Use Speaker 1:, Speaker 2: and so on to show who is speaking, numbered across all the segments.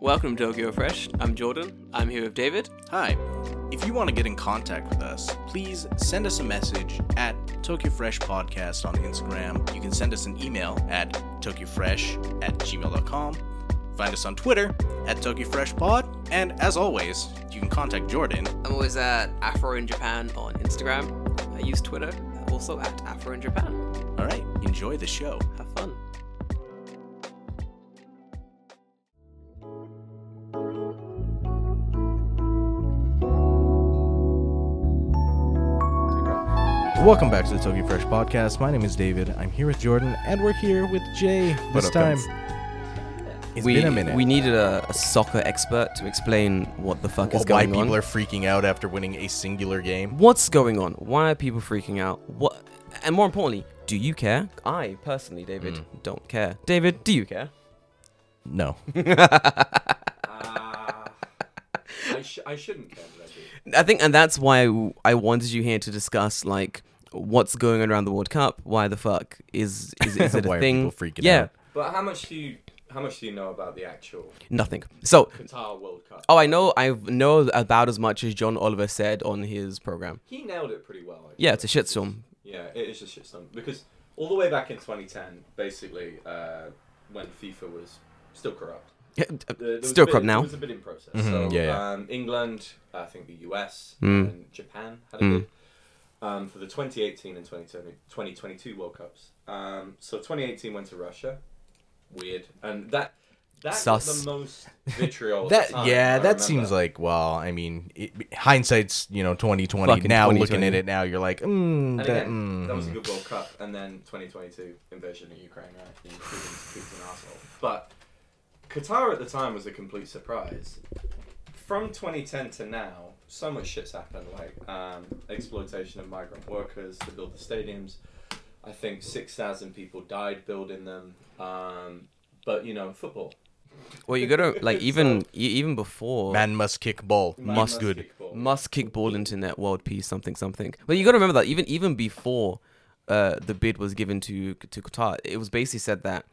Speaker 1: Welcome to Tokyo Fresh. I'm Jordan. I'm here with David.
Speaker 2: Hi. If you want to get in contact with us, please send us a message at Tokyo Fresh Podcast on Instagram. You can send us an email at tokyofresh at gmail.com. Find us on Twitter at Tokyo Fresh Pod. And as always, you can contact Jordan.
Speaker 1: I'm always at Afro in Japan on Instagram. I use Twitter, also at Afro in Japan.
Speaker 2: All right, enjoy the show.
Speaker 1: Have fun.
Speaker 2: Welcome back to the Tokyo Fresh Podcast. My name is David. I'm here with Jordan, and we're here with Jay
Speaker 3: What
Speaker 2: this
Speaker 3: up,
Speaker 2: time.
Speaker 3: guys?
Speaker 2: It's
Speaker 4: we,
Speaker 2: been a minute.
Speaker 4: We needed a, a soccer expert to explain what the fuck
Speaker 2: Wh-
Speaker 4: is
Speaker 2: why
Speaker 4: going
Speaker 2: people
Speaker 4: on.
Speaker 2: are freaking out after winning a singular game.
Speaker 4: What's going on? Why are people freaking out? What? And more importantly, do you care? I personally, David,
Speaker 2: Hmm.
Speaker 4: don't care. David, do you care?
Speaker 2: No.
Speaker 3: I, sh- I shouldn't care, but I do.
Speaker 4: I think, and that's why I- I wanted you here to discuss like what's going on around the World Cup. Why the fuck is is, is it a
Speaker 2: Why are
Speaker 4: thing?
Speaker 2: people freaking
Speaker 4: yeah,
Speaker 2: out?
Speaker 3: But how much do you how much do you know about the actual
Speaker 4: nothing. So,
Speaker 3: Qatar World Cup?
Speaker 4: oh, I know, I know about as much as John Oliver said on his program.
Speaker 3: He nailed it pretty well. I
Speaker 4: Yeah,
Speaker 3: think.
Speaker 4: it's a shitstorm.
Speaker 3: Yeah, it is a shitstorm because all the way back in 2010, basically, uh, when FIFA was still corrupt. the- there was a
Speaker 4: Still
Speaker 3: bid-
Speaker 4: corrupt
Speaker 3: There
Speaker 4: now.
Speaker 3: was a bidding process.
Speaker 2: Mhm,
Speaker 3: so
Speaker 2: yeah, yeah.
Speaker 3: Um, England, I think the US,
Speaker 4: Mm.
Speaker 3: and Japan had a
Speaker 4: Mm.
Speaker 3: bid um, for the 2018 and 2020, 2022 World Cups. Um, so 2018 went to Russia. Weird, and that that
Speaker 4: Sus.
Speaker 3: was the most vitriol. at
Speaker 2: That
Speaker 3: the time, I
Speaker 2: yeah, that
Speaker 3: remember.
Speaker 2: seems like well, I mean, it, hindsight's you know twenty twenty.
Speaker 4: Fucking
Speaker 2: Now
Speaker 4: 2020.
Speaker 2: looking at it now, you're like, mm,
Speaker 3: And
Speaker 2: that,
Speaker 3: again,
Speaker 2: mm.
Speaker 3: that was a good World Cup, and then 2022 invasion of Ukraine, right? You Putin's Putin's an asshole. But Qatar at the time was a complete surprise. From 2010 to now, so much shit's happened, like um, exploitation of migrant workers to build the stadiums. I think 6,000 people died building them. Um, but you know, football.
Speaker 4: Well, you gotta like
Speaker 3: So-
Speaker 4: even e- even before
Speaker 2: man must kick ball,
Speaker 3: Man
Speaker 2: must good. Mm.
Speaker 3: kick ball.
Speaker 4: must kick ball into net world peace something something. But you gotta remember that even even before uh, the bid was given to to Qatar, it was basically said that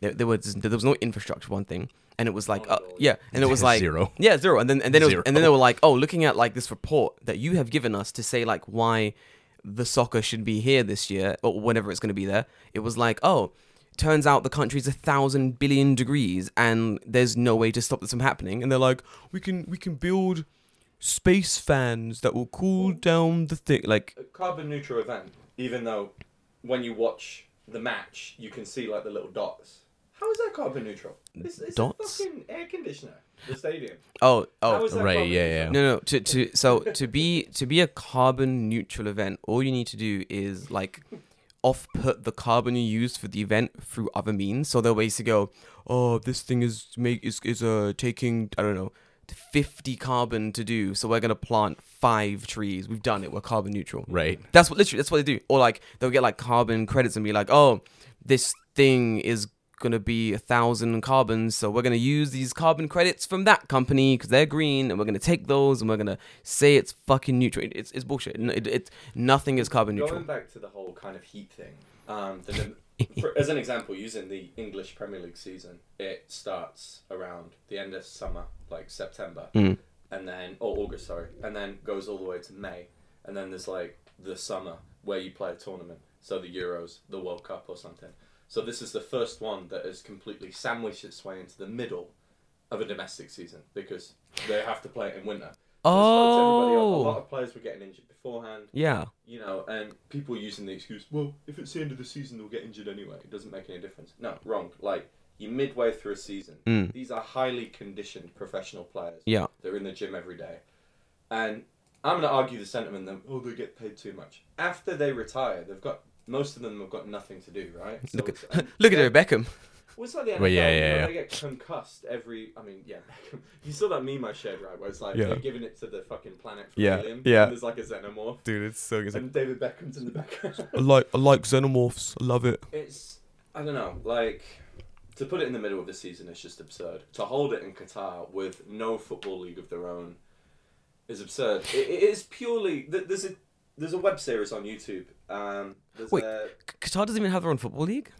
Speaker 4: there, there was there was no infrastructure. One thing, and it was
Speaker 3: Oh,
Speaker 4: like uh, yeah, and it was like
Speaker 2: Zero.
Speaker 4: Yeah, zero. And then and then it was,
Speaker 2: Zero.
Speaker 4: and then they were like, oh, looking at like this report that you have given us to say like why the soccer should be here this year or whenever it's going to be there. It was like, oh, turns out the country's a thousand billion degrees and there's no way to stop this from happening. And they're like, we can we can build space fans that will cool down the thing. Like
Speaker 3: a carbon neutral event, even though when you watch the match, you can see like the little dots. How is that carbon neutral? It's, it's
Speaker 4: Dots?
Speaker 3: A fucking air conditioner. The stadium.
Speaker 4: oh
Speaker 3: How
Speaker 4: oh
Speaker 3: is that
Speaker 2: right,
Speaker 3: carbon
Speaker 2: yeah,
Speaker 3: neutral?
Speaker 2: yeah.
Speaker 4: no no to to so to be to be a carbon neutral event, all you need to do is like off put the carbon you use for the event through other means. So they'll basically go, oh, this thing is make is is uh taking I don't know. 50 carbon to do so we're gonna plant five trees we've done it we're carbon neutral
Speaker 2: Right.
Speaker 4: that's what literally that's what they do. Or like they'll get like carbon credits and be like, oh, this thing is gonna be a thousand carbons, so we're gonna use these carbon credits from that company because they're green, and we're gonna take those and we're gonna say it's fucking neutral. It- It's, it's bullshit. It, it, it's nothing is carbon neutral.
Speaker 3: Going back to the whole kind of heat thing, um, the, for, as an example, using the English Premier League season, it starts around the end of summer, like September,
Speaker 4: Hmm.
Speaker 3: and then or August, sorry, and then goes all the way to May, and then there's like the summer where you play a tournament, so the Euros, the World Cup, or something. So this is the first one that has completely sandwiched its way into the middle of a domestic season because they have to play it in winter. So it's fucked everybody up.
Speaker 4: Oh.
Speaker 3: a lot of players were getting injured beforehand
Speaker 4: Yeah.
Speaker 3: you know, and people using the excuse, well, if it's the end of the season, they'll get injured anyway. It doesn't make any difference. No, wrong. Like, you're midway through a season. These are highly conditioned professional players.
Speaker 4: Hmm. Yeah.
Speaker 3: They're in the gym every day. And I'm going to argue the sentiment that, oh, they get paid too much. After they retire, they've got, most of them have got nothing to do, right? So
Speaker 4: Look at
Speaker 3: it's- um, and
Speaker 4: look at
Speaker 3: they're-
Speaker 4: it, Beckham.
Speaker 3: well, it's like the NFL.
Speaker 2: Well, yeah,
Speaker 3: you
Speaker 2: yeah,
Speaker 3: know,
Speaker 2: yeah.
Speaker 3: They get concussed every. I mean, yeah. you saw that meme I shared, right? Where it's like
Speaker 2: Yeah.
Speaker 3: they're giving it to the fucking planet from
Speaker 4: Yeah,
Speaker 3: Alien.
Speaker 4: yeah.
Speaker 3: And there's like a xenomorph.
Speaker 4: Dude, it's so
Speaker 3: And David Beckham's in the background.
Speaker 4: like I like xenomorphs. I love it.
Speaker 3: it's I don't know, like to put it in the middle of the season is just absurd. To hold it in Qatar with no football league of their own is absurd. It, it is purely th- there's a there's a web series on YouTube. Um, there's
Speaker 4: Wait.
Speaker 3: a
Speaker 4: Qatar doesn't even have their own football league.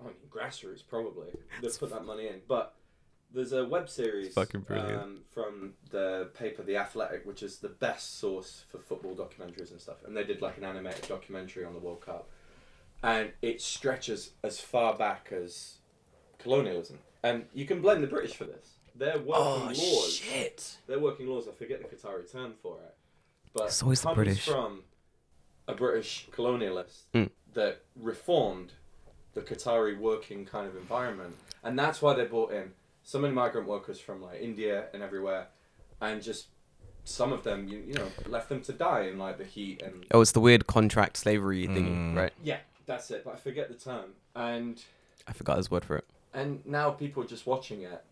Speaker 3: I mean, grassroots probably they put that money in, but There's a web series
Speaker 5: fucking brilliant.
Speaker 3: Um, from the paper The Athletic, which is the best source for football documentaries and stuff. And they did like an animated documentary on the World Cup, and it stretches as far back as colonialism. And you can blame the British for this. Their working laws,
Speaker 4: Oh, shit!
Speaker 3: their working laws. I forget the Qatari term for it, but
Speaker 4: It's always the
Speaker 3: comes
Speaker 4: British.
Speaker 3: from a British colonialist that reformed the Qatari working kind of environment, and that's why they brought in so many migrant workers from like India and everywhere, and just some of them, you, you know, left them to die in like the heat and
Speaker 4: Oh, it's the weird contract slavery thingy, right?
Speaker 3: yeah, that's it. But I forget the term, and
Speaker 4: I forgot his word for it.
Speaker 3: and now people are just watching it.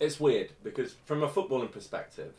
Speaker 3: It's weird because from a footballing perspective,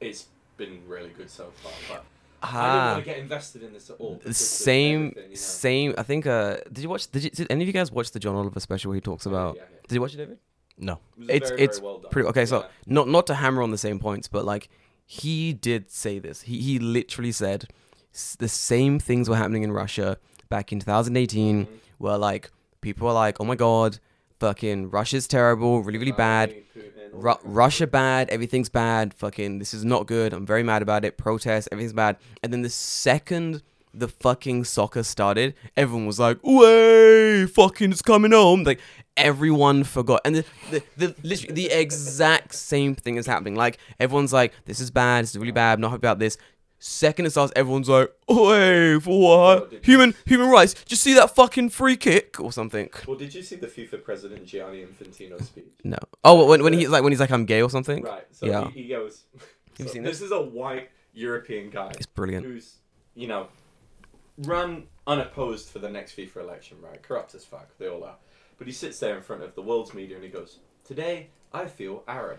Speaker 3: it's been really good so far. But I didn't
Speaker 4: Ah,
Speaker 3: want to get invested in this at all.
Speaker 4: the
Speaker 3: because of
Speaker 4: same,
Speaker 3: everything, you know.
Speaker 4: same. I think. Uh, did you watch? Did, you, did any of you guys watch the John Oliver special where he talks about?
Speaker 3: yeah, yeah.
Speaker 4: Did you watch it, David?
Speaker 2: No.
Speaker 3: It was
Speaker 4: it's
Speaker 3: very,
Speaker 4: it's
Speaker 3: very well done.
Speaker 4: pretty okay. So
Speaker 3: Yeah.
Speaker 4: not not to hammer on the same points, but like he did say this. He he literally said s- the same things were happening in Russia back in 2018,
Speaker 3: Mm-hmm.
Speaker 4: where like people are like, oh my god, fucking Russia's terrible, really really bad.
Speaker 3: Putin, all
Speaker 4: Ru-
Speaker 3: that kind of-
Speaker 4: Russia bad, everything's bad, fucking this is not good. I'm very mad about it. Protest, everything's bad. And then the second the fucking soccer started, everyone was like, "Way, fucking it's coming home." Like everyone forgot. And the the, the literally the exact same thing is happening. Like everyone's like, "This is bad. This is really bad. I'm not happy about this." Second it starts, everyone's like, "Way, for what? Human human rights. Just see that fucking free kick or something."
Speaker 3: Well, did you see the FIFA president Gianni Infantino speech?
Speaker 4: No. Oh, when, when he's like when he's like I'm gay or something.
Speaker 3: Right. So
Speaker 4: Yeah.
Speaker 3: he, he goes.
Speaker 4: You've
Speaker 3: so
Speaker 4: seen
Speaker 3: this is a white European guy
Speaker 4: It's brilliant.
Speaker 3: who's, you know, run unopposed for the next FIFA election, right? Corrupt as fuck, they all are. But he sits there in front of the world's media and he goes, "Today I feel Arab,"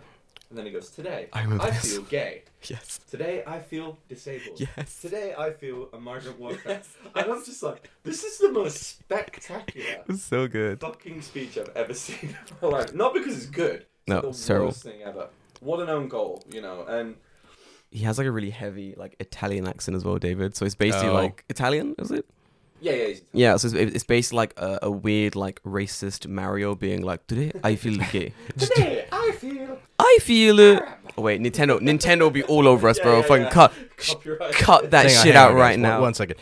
Speaker 3: and then he goes, "Today I,
Speaker 4: remember this.
Speaker 3: feel gay."
Speaker 4: Yes.
Speaker 3: Today I feel disabled.
Speaker 4: Yes.
Speaker 3: Today I feel a migrant worker. And I'm just like, this is the most spectacular
Speaker 4: So good.
Speaker 3: fucking speech I've ever seen in my life. Not because it's good. It's
Speaker 4: No,
Speaker 3: the
Speaker 4: it's terrible.
Speaker 3: worst thing ever. What an own goal, you know. And
Speaker 4: He has like a really heavy like Italian accent as well, David. So it's basically
Speaker 2: Oh.
Speaker 4: like Italian, is it?
Speaker 3: yeah, yeah, he's
Speaker 4: Yeah. So it's, it's basically like a, a weird like racist Mario being like, "Today I feel gay.
Speaker 3: Today I feel
Speaker 4: I feel it." Oh, wait, Nintendo, Nintendo will be all over us,
Speaker 3: Yeah,
Speaker 4: bro.
Speaker 3: yeah,
Speaker 4: Fucking
Speaker 3: yeah.
Speaker 4: cut,
Speaker 3: Copyright.
Speaker 4: cut that
Speaker 2: Hang on,
Speaker 4: shit
Speaker 2: hang
Speaker 4: out
Speaker 2: on, guys.
Speaker 4: right
Speaker 2: One-
Speaker 4: now.
Speaker 2: One second.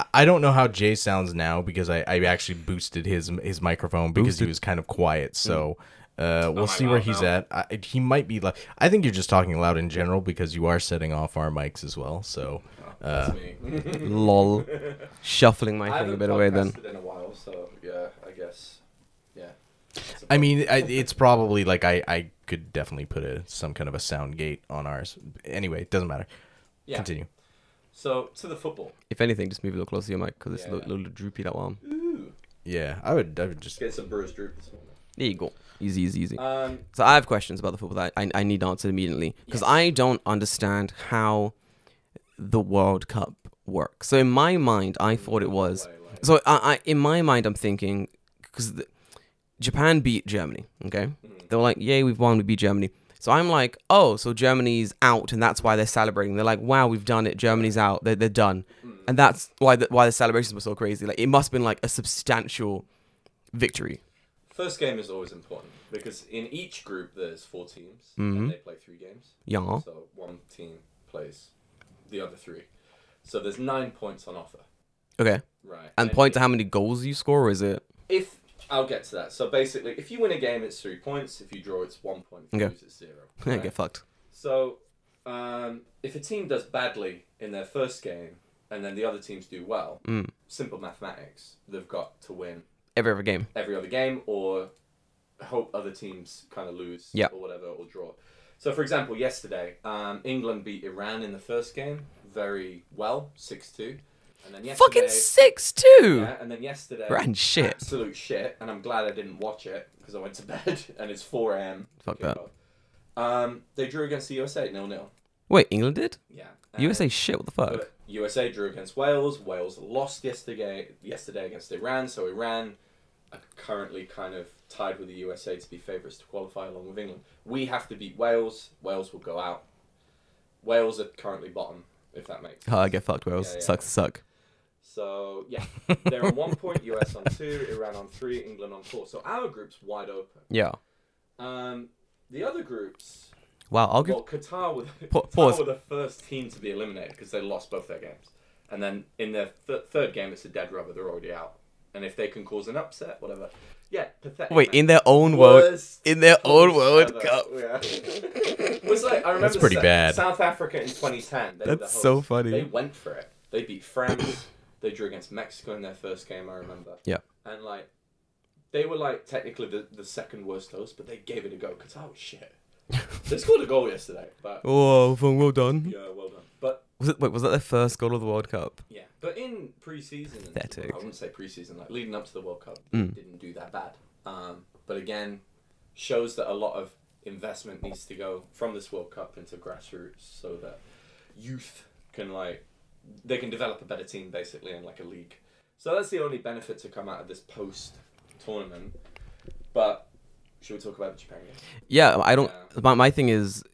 Speaker 2: I- I don't know how Jay sounds now because I, I actually boosted his his microphone because he was kind of
Speaker 4: Hmm.
Speaker 2: quiet. So uh, we'll see where he's at. I, he might be like I think you're just talking loud in general because you are setting off our mics as well. So
Speaker 3: Oh,
Speaker 4: Uh,
Speaker 3: that's me.
Speaker 4: Lol. Shuffling
Speaker 3: I
Speaker 4: my thing a
Speaker 3: haven't
Speaker 4: bit away then.
Speaker 3: podcasted in a while, so yeah, I guess. Yeah.
Speaker 2: I mean I, it's probably like I, I could definitely put a some kind of a sound gate on ours. Anyway, it doesn't matter.
Speaker 3: Yeah.
Speaker 2: Continue.
Speaker 3: So to the football.
Speaker 4: If anything, just move a little closer to your mic because it's a
Speaker 3: Yeah,
Speaker 4: little, little droopy that one.
Speaker 3: Ooh.
Speaker 2: Yeah, I would I would just
Speaker 3: Get some Brewers droop this morning.
Speaker 4: There you go. Easy, easy, easy.
Speaker 3: Um,
Speaker 4: So I have questions about the football that I, I need answered immediately because I don't understand how the World Cup works. So in my mind, I thought it was. So I, I in my mind, I'm thinking because Japan beat Germany. Okay, they were like, "Yay, we've won! We beat Germany." So I'm like, "Oh, so Germany's out, and that's why they're celebrating." They're like, "Wow, we've done it! Germany's out. They're, they're done," and that's why the, why the celebrations were so crazy. Like it must have been like a substantial victory.
Speaker 3: First game is always important because in each group there's four teams
Speaker 4: Mm-hmm.
Speaker 3: and they play three games.
Speaker 4: Yeah.
Speaker 3: So one team plays the other three. So there's nine points on offer.
Speaker 4: Okay,
Speaker 3: Right.
Speaker 4: and point to how many goals you score, or is it?
Speaker 3: if I'll get to that. So basically, if you win a game, it's three points. If you draw, it's one point. If you
Speaker 4: Okay.
Speaker 3: lose, it's zero.
Speaker 4: Yeah,
Speaker 3: right?
Speaker 4: get fucked.
Speaker 3: So, um, if a team does badly in their first game and then the other teams do well,
Speaker 4: Hmm.
Speaker 3: simple mathematics, they've got to win
Speaker 4: Every other game.
Speaker 3: every other game or hope other teams kind of lose
Speaker 4: Yeah.
Speaker 3: or whatever or draw. So, for example, yesterday, um, England beat Iran in the first game very well, 6 2. And then yesterday.
Speaker 4: Fucking six two.
Speaker 3: Yeah, and then yesterday.
Speaker 4: Iran shit.
Speaker 3: Absolute shit. And I'm glad I didn't watch it because I went to bed and it's 4 a.m.
Speaker 4: Fuck that.
Speaker 3: Um, they drew against the USA 0 0.
Speaker 4: Wait, England did?
Speaker 3: Yeah. Uh,
Speaker 4: USA shit. What the fuck?
Speaker 3: But USA drew against Wales. Wales lost yesterday. Yesterday against Iran. So Iran are currently kind of tied with the USA to be favourites to qualify along with England. We have to beat Wales. Wales will go out. Wales are currently bottom, if that makes.
Speaker 4: Oh, I get fucked. Wales
Speaker 3: Yeah, yeah.
Speaker 4: sucks. to Suck.
Speaker 3: So yeah, they're on one point. US on two. Iran on three. England on four. So our group's wide open.
Speaker 4: Yeah.
Speaker 3: Um, the other groups,
Speaker 4: Wow, I'll give.
Speaker 3: well, Qatar were the,
Speaker 4: Pa-
Speaker 3: Qatar
Speaker 4: pause.
Speaker 3: were the first team to be eliminated because they lost both their games, and then in their th- third game, it's a dead rubber. They're already out, and if they can cause an upset, whatever. Yeah, pathetic.
Speaker 4: Wait,
Speaker 3: man.
Speaker 4: in their own world,
Speaker 3: Worst
Speaker 4: in their own
Speaker 3: teams
Speaker 4: World
Speaker 3: ever.
Speaker 4: Cup.
Speaker 3: Yeah. It was like, I remember
Speaker 2: That's pretty
Speaker 3: Sa-
Speaker 2: bad.
Speaker 3: South Africa in 2010. they were
Speaker 4: That's
Speaker 3: the
Speaker 4: so
Speaker 3: hosts.
Speaker 4: funny.
Speaker 3: They went for it. They beat France. they drew against Mexico in their first game. I remember.
Speaker 4: Yeah.
Speaker 3: And like, they were like technically the, the second worst host, but they gave it a go. Qatar was shit. they scored a goal yesterday, but
Speaker 4: Oh, well done.
Speaker 3: yeah, well done. But
Speaker 4: Was it, wait, was that their first goal of the World Cup?
Speaker 3: yeah, but in preseason, and-
Speaker 4: Pathetic.
Speaker 3: I wouldn't say preseason, like leading up to the World Cup,
Speaker 4: Mm.
Speaker 3: didn't do that bad. Um, but again, shows that a lot of investment needs to go from this World Cup into grassroots so that youth can like they can develop a better team basically in like a league. So that's the only benefit to come out of this post tournament. But should we talk about the Japan game?
Speaker 4: Yeah, I don't.
Speaker 3: Yeah.
Speaker 4: My, my thing is,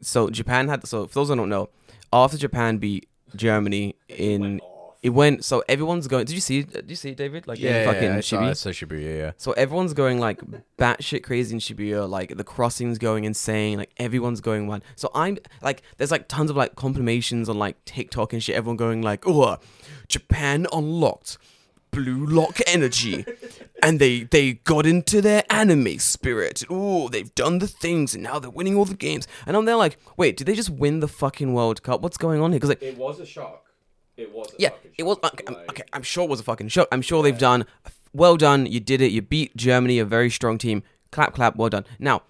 Speaker 4: so Japan had. So for those who don't know, after Japan beat Germany in,
Speaker 3: Went off.
Speaker 4: it went. So everyone's going. Did you see? Did you see David? Like in fucking
Speaker 2: I saw-
Speaker 4: Shibuya?
Speaker 2: I saw Shibuya, yeah.
Speaker 4: So everyone's going like batshit crazy in Shibuya, like the crossings going insane, like everyone's going wild. So I'm like, there's like tons of like confirmations on like TikTok and shit. Everyone going like, oh, Japan unlocked blue lock energy, and they they got into their anime spirit. Ooh, they've done the things, and now they're winning all the games. And I'm there like, wait, did they just win the fucking World Cup? What's going on here? Because like,
Speaker 3: It was a shock. It was a
Speaker 4: yeah,
Speaker 3: fucking
Speaker 4: it was.
Speaker 3: shock,
Speaker 4: Okay, I'm-
Speaker 3: like-
Speaker 4: okay, I'm sure it was a fucking show. I'm sure they've done. Well done, you did it. You beat Germany, a very strong team. Clap, clap, well done. Now,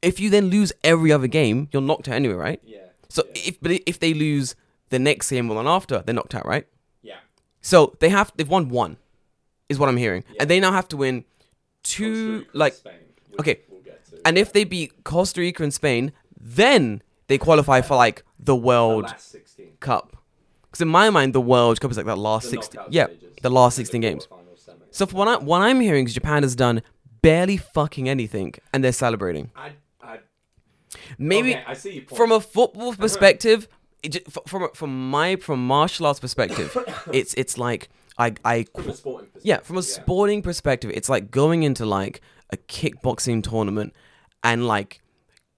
Speaker 4: if you then lose every other game, you're knocked out anyway, right?
Speaker 3: Yeah.
Speaker 4: So
Speaker 3: yeah.
Speaker 4: if but if they lose the next game, well, and after, they're knocked out, right?
Speaker 3: yeah.
Speaker 4: So they have they've won one, is what I'm hearing, and they now have to win
Speaker 3: Costa
Speaker 4: two.
Speaker 3: Rica and
Speaker 4: Like,
Speaker 3: Spain, which
Speaker 4: okay,
Speaker 3: we'll get to.
Speaker 4: and if they beat Costa Rica and Spain, then they qualify for like the
Speaker 3: the
Speaker 4: world
Speaker 3: last 16,
Speaker 4: Cup. Because in my mind, the World Cup is like that last
Speaker 3: the
Speaker 4: 16.
Speaker 3: knockout
Speaker 4: Yeah,
Speaker 3: stages,
Speaker 4: the last
Speaker 3: and
Speaker 4: 16 games.
Speaker 3: quarterfinals, semi.
Speaker 4: So for what, I, what I'm hearing is Japan has done barely fucking anything, and they're celebrating.
Speaker 3: I, I,
Speaker 4: Maybe
Speaker 3: okay, I see your point.
Speaker 4: from a football perspective, it, ju- f- from from my from martial arts perspective, it's it's like I I
Speaker 3: from a sporting perspective.
Speaker 4: yeah from a sporting perspective, it's like going into like a kickboxing tournament, and like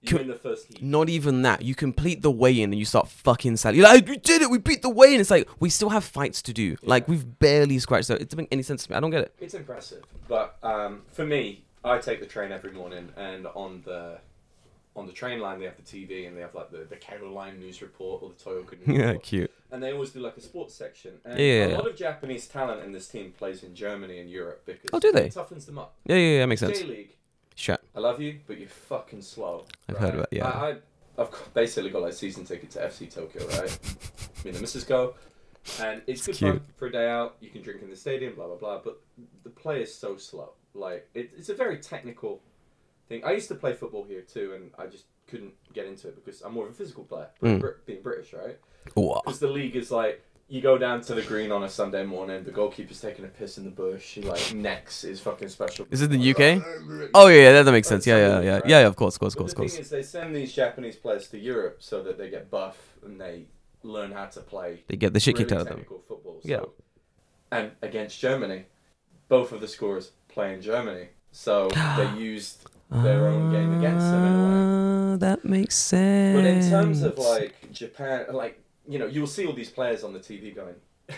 Speaker 3: you win the first heat.
Speaker 4: Not even that. You complete the weigh in and you start fucking selling. You're like, we did it. We beat the weigh in. It's like, we still have fights to do. Like, we've barely scratched. So it doesn't make any sense to me. I don't get it.
Speaker 3: It's impressive, but um, for me, I take the train every morning, and on the on the train line they have the TV and they have like the the Caroline news report or the Toyota news report.
Speaker 4: cute.
Speaker 3: and they always do like a sports section. And
Speaker 4: Yeah.
Speaker 3: a lot of Japanese talent in this team plays in Germany and Europe because
Speaker 4: Oh, do they?
Speaker 3: it toughens them up.
Speaker 4: Yeah, yeah, yeah. That makes sense.
Speaker 3: J League,
Speaker 4: Shut.
Speaker 3: I love you, but you're fucking slow.
Speaker 4: I've heard about- yeah.
Speaker 3: I, I, I've c- basically got like season ticket to FC Tokyo, right? Me and the missus go, and it's, good
Speaker 4: cute.
Speaker 3: fun for a day out. You can drink in the stadium, blah blah blah. But the play is so slow. Like it, it's a very technical thing. I used to play football here too, and I just couldn't get into it because I'm more of a physical player,
Speaker 4: Mm.
Speaker 3: Brit- being British, right?
Speaker 4: Wow.
Speaker 3: Because the league is like. You go down to the green on a Sunday morning. The goalkeeper's taking a piss in the bush. He like necks is fucking special.
Speaker 4: Is it the UK? Oh, yeah, yeah. That, that makes sense. Yeah, yeah, yeah. Yeah, yeah. Of course, of course, of
Speaker 3: Uh, But
Speaker 4: course,
Speaker 3: the
Speaker 4: of course.
Speaker 3: thing is, they send these Japanese players to Europe so that they get buff and they learn how to play
Speaker 4: They get the shit kicked out
Speaker 3: really
Speaker 4: of them.
Speaker 3: technical football. So.
Speaker 4: Yeah.
Speaker 3: And against Germany, both of the scorers play in Germany, so they used their own game against them in a way.
Speaker 4: Ah, that makes sense.
Speaker 3: But in terms of like Japan, like you know, you'll see all these players on the TV going,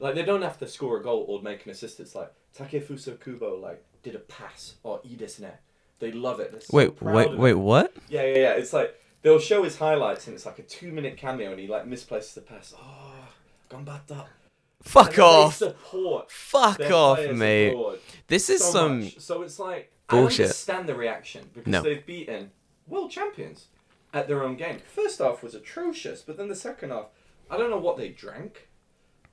Speaker 3: like they don't have to score a goal or make an assist. It's like Takefusa Kubo like did a pass or Idesne. They love it. They're so
Speaker 4: Wait,
Speaker 3: proud of
Speaker 4: wait,
Speaker 3: it.
Speaker 4: wait, what?
Speaker 3: Yeah, yeah, yeah. It's like they'll show his highlights and it's like a two minute cameo and he like misplaces the pass. Oh, gambata. And
Speaker 4: Fuck
Speaker 3: they
Speaker 4: off.
Speaker 3: Support
Speaker 4: Fuck
Speaker 3: their
Speaker 4: off,
Speaker 3: players
Speaker 4: mate.
Speaker 3: abroad
Speaker 4: This is
Speaker 3: so
Speaker 4: some.
Speaker 3: much. So it's like
Speaker 4: bullshit.
Speaker 3: I understand the reaction because
Speaker 4: No.
Speaker 3: they've beaten world champions at their own game. First half was atrocious, but then the second half, I don't know what they drank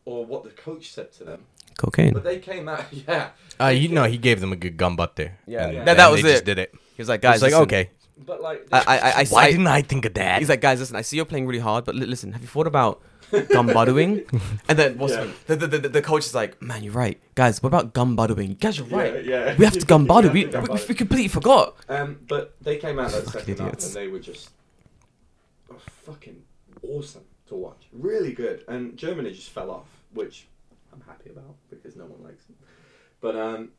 Speaker 3: or what the coach said to them,
Speaker 4: Cocaine.
Speaker 3: but they came out. Yeah.
Speaker 2: Uh,
Speaker 3: They
Speaker 2: you
Speaker 3: came-
Speaker 2: know, he gave them a good gumbutte.
Speaker 4: Yeah.
Speaker 2: And
Speaker 4: That-
Speaker 2: then
Speaker 4: that was
Speaker 2: they Just
Speaker 4: it.
Speaker 2: did it.
Speaker 4: He was like,
Speaker 2: I
Speaker 4: guys.
Speaker 2: was like,
Speaker 4: listen.
Speaker 2: okay.
Speaker 3: But like,
Speaker 4: I, I, I,
Speaker 2: Why
Speaker 4: I-
Speaker 2: didn't I think of that?
Speaker 4: He's like, guys, listen, I see you're playing really hard, but li- listen, have you thought about gumbuttering? and then what's
Speaker 3: Yeah.
Speaker 4: the, the, the, the coach is like, man, you're right. Guys, what about gumbuttering? You guys are right.
Speaker 3: yeah.
Speaker 4: We have to
Speaker 3: You
Speaker 4: gumbutter.
Speaker 3: have
Speaker 4: We,
Speaker 3: to
Speaker 4: we,
Speaker 3: gumbutter.
Speaker 4: we completely forgot.
Speaker 3: Um, but they came out that
Speaker 4: Fucking
Speaker 3: second half
Speaker 4: idiots.
Speaker 3: and they were just oh, fucking awesome to watch. Really good. And Germany just fell off, which I'm happy about because no one likes them. But um,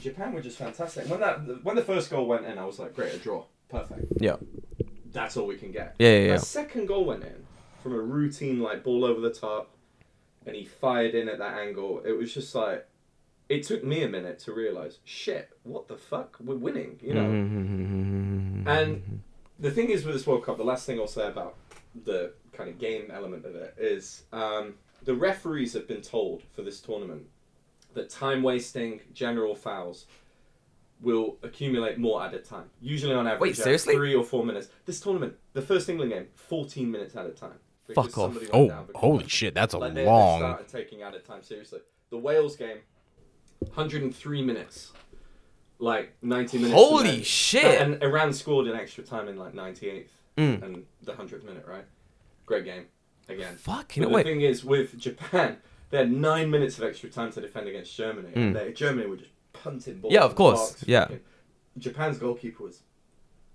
Speaker 3: Japan were just fantastic. When that when the first goal went in, I was like, great, a draw, perfect.
Speaker 4: Yeah.
Speaker 3: That's all we can get.
Speaker 4: Yeah, yeah, yeah.
Speaker 3: That second goal went in from a routine like ball over the top, and he fired in at that angle. It was just like, it took me a minute to realize, shit, what the fuck, we're winning, you know.
Speaker 4: Mm-hmm.
Speaker 3: And the thing is with this World Cup, the last thing I'll say about the kind of game element of it is um, the referees have been told for this tournament that time wasting, general fouls will accumulate more added time. Usually on average,
Speaker 4: Wait,
Speaker 3: uh,
Speaker 4: seriously?
Speaker 3: three or four minutes. This tournament, the first England game, 14 minutes added time. because
Speaker 4: Fuck off.
Speaker 3: somebody went
Speaker 5: Oh,
Speaker 3: down because-
Speaker 5: holy shit, that's a
Speaker 3: like, they, They
Speaker 5: long.
Speaker 3: started taking added time seriously. The Wales game, 103 minutes. Like 90 minutes. to
Speaker 4: Holy
Speaker 3: men.
Speaker 4: shit. Mm.
Speaker 3: and Iran scored in extra time in like 98th and the 100th minute, right? Great game. Again.
Speaker 4: Fucking
Speaker 3: But
Speaker 4: wait.
Speaker 3: The thing is, with Japan, they had nine minutes of extra time to defend against Germany. and They, Germany were just punting balls.
Speaker 4: Mm. Yeah,
Speaker 3: in
Speaker 4: of
Speaker 3: the
Speaker 4: course.
Speaker 3: box.
Speaker 4: Yeah.
Speaker 3: Fucking- Japan's goalkeeper was.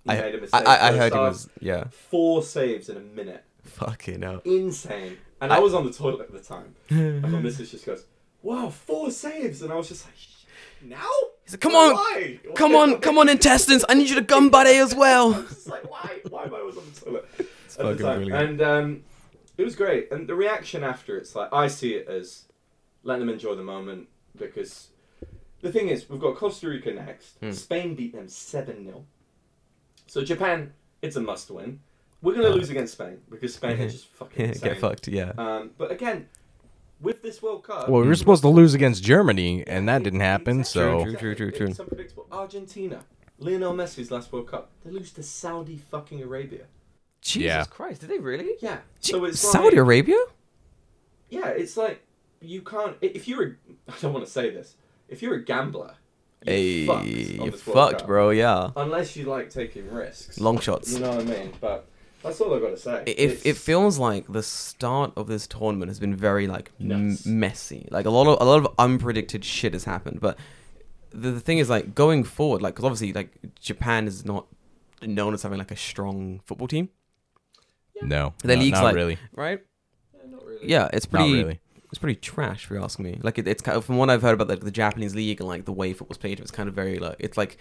Speaker 3: He
Speaker 4: I,
Speaker 3: made a
Speaker 4: I,
Speaker 3: mistake.
Speaker 4: I, I
Speaker 3: first
Speaker 4: heard it
Speaker 3: half.
Speaker 4: was yeah.
Speaker 3: Four saves in a minute
Speaker 4: Fucking hell.
Speaker 3: insane. And I, was on the toilet at the time. and my missus just goes, Wow, four saves. And I was just like, "Sh- Now?
Speaker 4: He's like, "Come on,
Speaker 3: Why?
Speaker 4: Come on, come on, intestines! I need you to gum buddy as
Speaker 3: I
Speaker 4: well.
Speaker 3: was just like, Why? Why am I was on the toilet? It's
Speaker 4: fucking brilliant.
Speaker 3: And um, it was great. And the reaction after, it's like, I see it as let them enjoy the moment because the thing is, we've got Costa Rica next. Spain beat them 7 0. So Japan, it's a must win. We're going to lose against Spain because Spain is just fucking insane.
Speaker 4: Get fucked, yeah.
Speaker 3: Um, but again, with this World Cup,
Speaker 5: Well, we were
Speaker 2: Mm.
Speaker 5: supposed to lose against Germany, and that didn't happen, so.
Speaker 4: True, true, true,
Speaker 3: It's
Speaker 4: true.
Speaker 3: unpredictable. Argentina, Lionel Messi's last World Cup, they lose to Saudi fucking Arabia.
Speaker 4: Jesus
Speaker 5: Yeah.
Speaker 4: Christ, did they really?
Speaker 3: Yeah,
Speaker 4: Gee,
Speaker 3: so it's
Speaker 4: Saudi
Speaker 3: like,
Speaker 4: Arabia?
Speaker 3: yeah, it's like you can't i- if you're. A, I don't want to say this. If you're a gambler, you're
Speaker 4: Hey,
Speaker 3: fucked, on
Speaker 4: you
Speaker 3: this World
Speaker 4: fucked,
Speaker 3: Cup.
Speaker 4: bro. Yeah,
Speaker 3: Unless you like taking risks,
Speaker 4: long shots.
Speaker 3: you know what I mean. But that's all I've got to say.
Speaker 4: it, it
Speaker 3: It's-
Speaker 4: feels like the start of this tournament has been very like m-
Speaker 3: Nuts.
Speaker 4: messy. Like a lot of a lot of unpredicted shit has happened. But the, the thing is, like going forward, like because obviously like Japan is not known as having like a strong football team,
Speaker 5: No.
Speaker 4: The
Speaker 5: no,
Speaker 4: league's
Speaker 5: not
Speaker 4: like-
Speaker 5: really.
Speaker 4: right?
Speaker 3: Yeah, not really.
Speaker 4: Yeah, it's
Speaker 5: Not
Speaker 4: pretty.
Speaker 5: really.
Speaker 4: It's pretty trash, if you ask me. Like it, it's kind of from what I've heard about like the Japanese league and like the way football's played. It's kind of very like it's like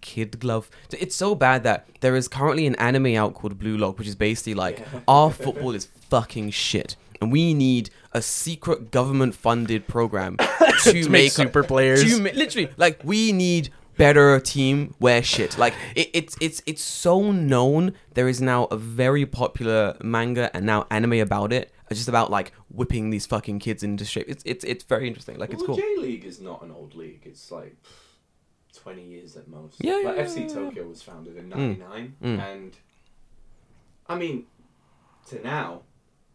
Speaker 4: kid glove. It's so bad that there is currently an anime out called Blue Lock, which is basically like our football is fucking shit, and we need a secret government-funded program to,
Speaker 5: To make
Speaker 4: make
Speaker 5: super players.
Speaker 4: to ma- literally like we need better team wear shit like it, it's it's it's so known there is now a very popular manga and now anime about it It's just about like whipping these fucking kids into shape it's it's it's very interesting like it's
Speaker 3: well,
Speaker 4: cool
Speaker 3: J League is not an old league. It's like twenty years at most.
Speaker 4: Yeah,
Speaker 3: Like
Speaker 4: yeah,
Speaker 3: FC
Speaker 4: yeah, Mm.
Speaker 3: Tokyo was founded in '99, and I mean, to now,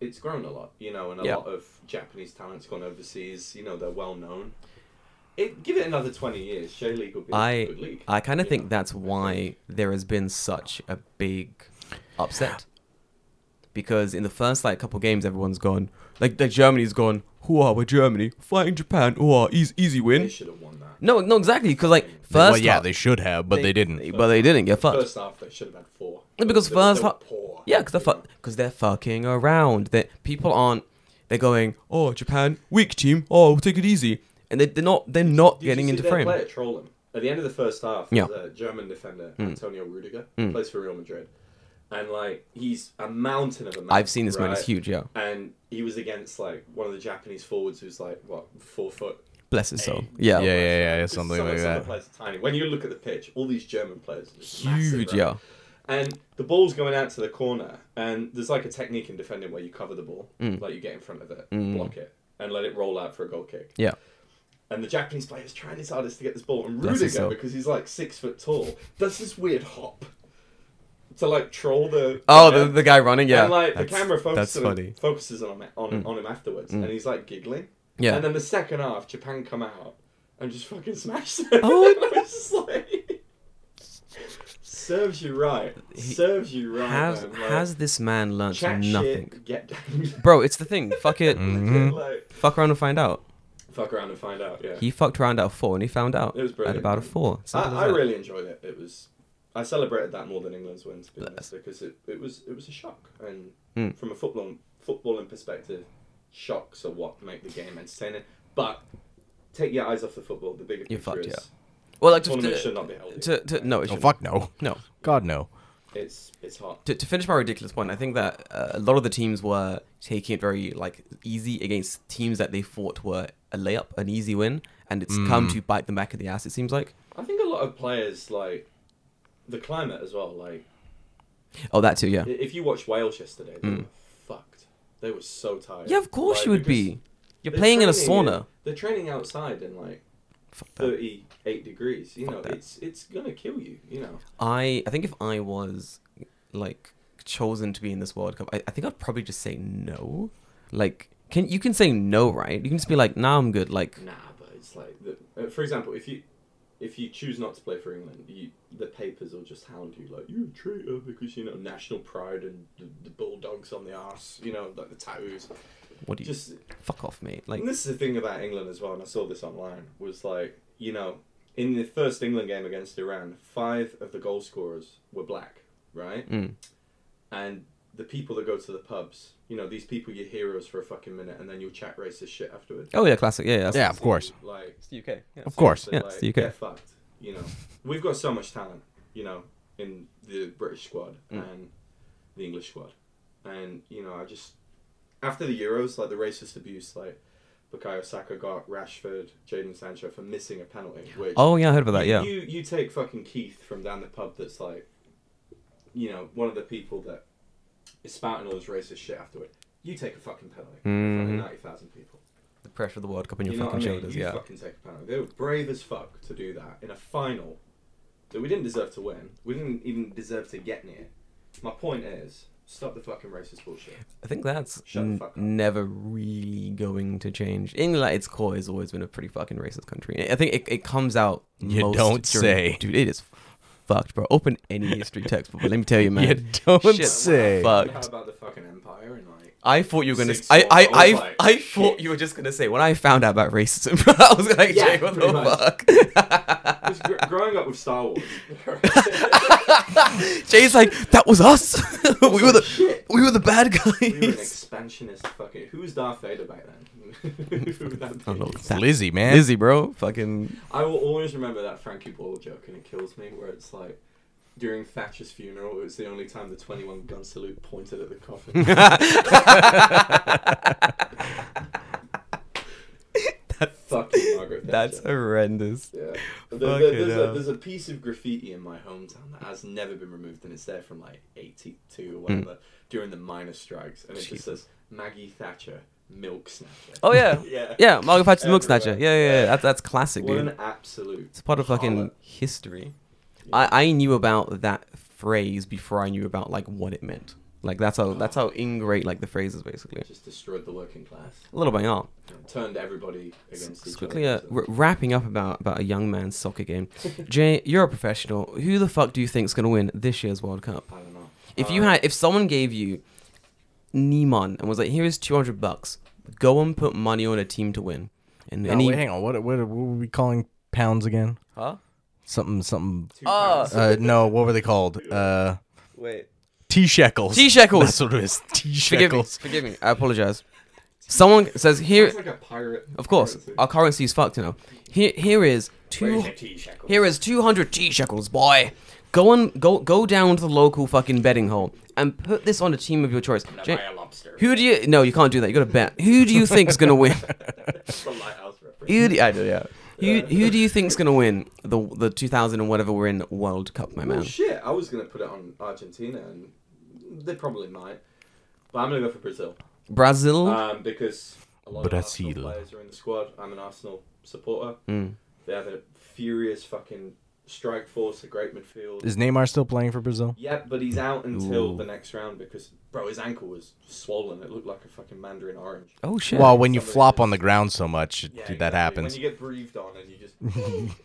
Speaker 3: it's grown a lot. You know, and a
Speaker 4: Yeah.
Speaker 3: lot of Japanese talent's gone overseas. You know, they're well known. It give it another twenty years, J League will be a
Speaker 4: i
Speaker 3: good league.
Speaker 4: i kind of
Speaker 3: you
Speaker 4: think
Speaker 3: know.
Speaker 4: that's why there has been such a big upset because in the first like couple games everyone's gone like, like germany's gone who are we germany fighting japan who are easy, easy
Speaker 3: they
Speaker 4: win
Speaker 3: should have won that.
Speaker 4: no no exactly because like first
Speaker 5: Well, yeah,
Speaker 4: half-
Speaker 5: they should have, but they, didn't.
Speaker 4: But they didn't get fucked.
Speaker 3: First half, they should have had four.
Speaker 4: No, because
Speaker 3: They were- they
Speaker 4: first
Speaker 3: were
Speaker 4: half-
Speaker 3: poor,
Speaker 4: Yeah, because they're,
Speaker 3: you
Speaker 4: fu-
Speaker 3: know.
Speaker 4: 'cause they're fucking around. That people aren't. They're going, oh, Japan, weak team. Oh, we'll take it easy. And they, they're not. They're not
Speaker 3: Did
Speaker 4: getting
Speaker 3: you see
Speaker 4: into
Speaker 3: their
Speaker 4: frame.
Speaker 3: Player troll him at the end of the first half.
Speaker 4: Yeah. Hmm.
Speaker 3: The German defender Antonio Rudiger plays for Real Madrid, and like he's a mountain of a man.
Speaker 4: I've seen this man. It's
Speaker 3: right?
Speaker 4: huge. Yeah,
Speaker 3: And he was against like one of the Japanese forwards who's like what four foot.
Speaker 4: bless his soul.
Speaker 3: Hey.
Speaker 4: Yeah,
Speaker 5: Yeah, yeah, yeah, yeah, something
Speaker 3: Some-
Speaker 5: like
Speaker 3: some of the
Speaker 5: that.
Speaker 3: Players are tiny. When you look at the pitch, all these German players are just massive,
Speaker 4: huge.
Speaker 3: right?
Speaker 4: Yeah,
Speaker 3: And the ball's going out to the corner, and there's like a technique in defending where you cover the ball,
Speaker 4: Hmm.
Speaker 3: like you get in front of it, block it, and let it roll out for a goal kick.
Speaker 4: yeah.
Speaker 3: And the Japanese player is trying his hardest to get this ball. And
Speaker 4: Bless his
Speaker 3: Rudiger,
Speaker 4: soul.
Speaker 3: because he's like six foot tall, does this weird hop to like troll the.
Speaker 4: Oh, the, the guy running. Yeah,
Speaker 3: And like the
Speaker 4: That's-
Speaker 3: camera focuses
Speaker 4: That's
Speaker 3: on,
Speaker 4: funny. Mm.
Speaker 3: him, focuses on him, on, on him afterwards, and he's like giggling.
Speaker 4: Yeah.
Speaker 3: And then the second half, Japan come out and just fucking smash them.
Speaker 4: Oh.
Speaker 3: and I was just like. serves you right. Serves you right.
Speaker 4: Has
Speaker 3: man. Like,
Speaker 4: has this man learnt
Speaker 3: chat
Speaker 4: nothing,
Speaker 3: shit, Mm-hmm. get down.
Speaker 4: bro? It's the thing. Fuck it.
Speaker 3: like,
Speaker 4: Fuck around and find out.
Speaker 3: fuck around and find out. Yeah.
Speaker 4: He fucked around at a four, and he found out
Speaker 3: It was
Speaker 4: at
Speaker 3: brilliant.
Speaker 4: about a four. Simple as
Speaker 3: I, I
Speaker 4: that.
Speaker 3: really enjoyed it. It was, I celebrated that more than England's win, to be honest, because it, it was it was a shock, and
Speaker 4: Hmm.
Speaker 3: from a football footballing perspective, shocks are what make the game entertaining. But take your eyes off the football. The bigger
Speaker 4: You're
Speaker 3: picture
Speaker 4: fucked,
Speaker 3: is
Speaker 4: Well, like to,
Speaker 3: Tournament
Speaker 4: to,
Speaker 3: should not be held.
Speaker 4: to, to no, it
Speaker 5: Oh
Speaker 4: shouldn't.
Speaker 5: fuck no.
Speaker 4: no.
Speaker 5: God no.
Speaker 3: It's it's hot.
Speaker 4: To, to finish my ridiculous point, I think that uh, a lot of the teams were taking it very like easy against teams that they thought were a layup, an easy win, and it's come to bite them back in the ass. It seems like.
Speaker 3: I think a lot of players like the climate as well. Like
Speaker 4: Oh, that too. Yeah.
Speaker 3: i- if you watch Wales yesterday, they were fucked. They were so tired.
Speaker 4: Hmm. Yeah, of course
Speaker 3: Like,
Speaker 4: you would
Speaker 3: because
Speaker 4: be. You're
Speaker 3: they're
Speaker 4: playing in a
Speaker 3: training
Speaker 4: sauna.
Speaker 3: they're training outside in like
Speaker 4: Fuck that.
Speaker 3: thirty-eight degrees. You know,
Speaker 4: that.
Speaker 3: it's it's gonna kill you. You know,
Speaker 4: I I think if I was like chosen to be in this World Cup, I, I think I'd probably just say no. Like, can you can say no, right? You can just be like, nah, I'm good. Like,
Speaker 3: nah. But it's like, the, uh, for example, if you if you choose not to play for England, you the papers will just hound you like you're a traitor because you know national pride and the, the bulldogs on the arse. You know, like the tattoos.
Speaker 4: what do you
Speaker 3: Just
Speaker 4: fuck off, mate? Like,
Speaker 3: And this is the thing about England as well, and I saw this online, was like, you know, in the first England game against Iran, five of the goal scorers were black, right?
Speaker 4: Mm.
Speaker 3: And the people that go to the pubs, you know, these people your heroes for a fucking minute, and then you'll chat racist shit afterwards.
Speaker 4: oh yeah, classic. Yeah, yeah.
Speaker 5: Yeah, of course.
Speaker 3: Like,
Speaker 4: It's the UK. Yeah.
Speaker 5: Of course.
Speaker 3: seriously,
Speaker 4: Yeah, it's the UK.
Speaker 3: Get fucked. You know, we've got so much talent. You know, in the British squad
Speaker 4: Mm.
Speaker 3: and the English squad, and you know, I just after the Euros, like the racist abuse, like Bukayo Saka got Rashford, Jadon Sancho for missing a penalty. Which
Speaker 4: Oh yeah, I heard about that.
Speaker 3: you-
Speaker 4: Yeah.
Speaker 3: You you take fucking Keith from down the pub that's like, you know, one of the people that is spouting all this racist shit afterward. You take a fucking penalty in
Speaker 4: Mm-hmm.
Speaker 3: front of ninety thousand people.
Speaker 4: The pressure of the World Cup on your
Speaker 3: You know what I
Speaker 4: fucking
Speaker 3: mean?
Speaker 4: shoulders.
Speaker 3: you
Speaker 4: Yeah.
Speaker 3: fucking take a penalty. They were brave as fuck to do that in a final that we didn't deserve to win. We didn't even deserve to get near. My point is, stop the fucking racist bullshit.
Speaker 4: I think that's
Speaker 3: Shut the
Speaker 4: n-
Speaker 3: fuck up.
Speaker 4: never really going to change. England, at its core, has always been a pretty fucking racist country. I think it, it comes out.
Speaker 5: You
Speaker 4: most
Speaker 5: don't
Speaker 4: during-
Speaker 5: say.
Speaker 4: dude. It is fucked, bro. Open any history textbook, but let me tell you, man.
Speaker 5: You don't
Speaker 4: Shit.
Speaker 5: say.
Speaker 4: Fuck.
Speaker 3: How about the fucking empire and like?
Speaker 4: I thought you were gonna.
Speaker 3: Six
Speaker 4: I I
Speaker 3: foot, I
Speaker 4: I,
Speaker 3: was like,
Speaker 4: I thought
Speaker 3: shit.
Speaker 4: you were just gonna say when I found out about racism. bro, I was like,
Speaker 3: Yeah,
Speaker 4: Jay, what
Speaker 3: pretty
Speaker 4: the
Speaker 3: much.
Speaker 4: fuck?
Speaker 3: 'cause gr- growing up with Star Wars,
Speaker 4: Jay's like, that was us. we were the
Speaker 3: shit.
Speaker 4: we were the bad guys.
Speaker 3: we were an expansionist fucking. Who was Darth Vader back then? Who would that be?
Speaker 4: Oh, no, that-
Speaker 5: Lizzie, man.
Speaker 4: Lizzie, bro, fucking.
Speaker 3: I will always remember that Frankie Boyle joke, and it kills me. Where it's like, during Thatcher's funeral, it was the only time the twenty-one gun salute pointed at the coffin. fucking Margaret Thatcher.
Speaker 4: That's horrendous.
Speaker 3: yeah. There- there-
Speaker 4: Fucking
Speaker 3: there's, a,
Speaker 4: hell.
Speaker 3: there's a piece of graffiti in my hometown that has never been removed, and it's there from like
Speaker 4: Hmm.
Speaker 3: '82 or whatever during the miners' strikes, and it just says Maggie Thatcher milk snatcher.
Speaker 4: Oh yeah,
Speaker 3: Yeah.
Speaker 4: yeah. Margaret Thatcher's milk snatcher. Yeah,
Speaker 3: Everywhere.
Speaker 4: yeah, yeah. That, that's classic,
Speaker 3: What
Speaker 4: dude.
Speaker 3: an absolute.
Speaker 4: It's part of fucking
Speaker 3: harlot.
Speaker 4: history. I, I knew about that phrase before I knew about like what it meant. Like that's how that's how ingrate like the phrase is basically.
Speaker 3: Just destroyed the working class.
Speaker 4: A little by all.
Speaker 3: Turned everybody against each
Speaker 4: Just quickly uh,
Speaker 3: other.
Speaker 4: r- wrapping up about about a young man's soccer game. Jay, you're a professional. Who the fuck do you think's gonna win this year's World Cup?
Speaker 3: I don't know.
Speaker 4: If you had, if someone gave you Neiman and was like, "Here is two hundred bucks. Go and put money on a team to win." And
Speaker 5: No,
Speaker 4: any,
Speaker 5: wait, hang on. What, what what were we calling pounds again?
Speaker 4: huh?
Speaker 5: Something something.
Speaker 3: Two
Speaker 4: Uh,
Speaker 3: pounds.
Speaker 5: Uh, no, what were they called? Uh,
Speaker 4: Wait.
Speaker 5: T shekels.
Speaker 4: T shekels.
Speaker 5: That's what it is. T
Speaker 4: Forgive me.
Speaker 5: shekels.
Speaker 4: Forgive me. I apologize. Someone says here.
Speaker 3: Sounds like a pirate.
Speaker 4: Of course,
Speaker 3: currency.
Speaker 4: our currency is fucked. You know. Here, here is
Speaker 3: Where's
Speaker 4: two.
Speaker 3: your tea shackle?
Speaker 4: Here is two hundred T shekels, boy. Go and go go down to the local fucking betting hole and put this on a team of your choice.
Speaker 3: Can I
Speaker 4: Ja-
Speaker 3: buy a lobster.
Speaker 4: who do you? No, you can't do that. You got to bet. Who do you think's gonna win?
Speaker 3: That's the lighthouse reference.
Speaker 4: Who do, I do, yeah. Who, who do you think's gonna win the the two thousand and whatever we're in World Cup, my
Speaker 3: Oh
Speaker 4: man?
Speaker 3: shit! I was gonna put it on Argentina, and they probably might. But I'm gonna go for Brazil
Speaker 4: Brazil.
Speaker 3: um, because a lot
Speaker 5: Brazil.
Speaker 3: of Arsenal players are in the squad. I'm an Arsenal supporter.
Speaker 4: Hmm.
Speaker 3: They have a furious fucking strike force, a great midfield.
Speaker 5: Is Neymar still playing for Brazil?
Speaker 3: Yeah, but he's out until
Speaker 4: Ooh.
Speaker 3: the next round because, bro, his ankle was swollen. It looked like a fucking mandarin orange.
Speaker 4: oh shit.
Speaker 5: Well, when you
Speaker 3: Somebody
Speaker 5: flop
Speaker 3: just-
Speaker 5: on the ground so much, dude, that
Speaker 3: exactly.
Speaker 5: happens.
Speaker 3: When you get breathed on and you just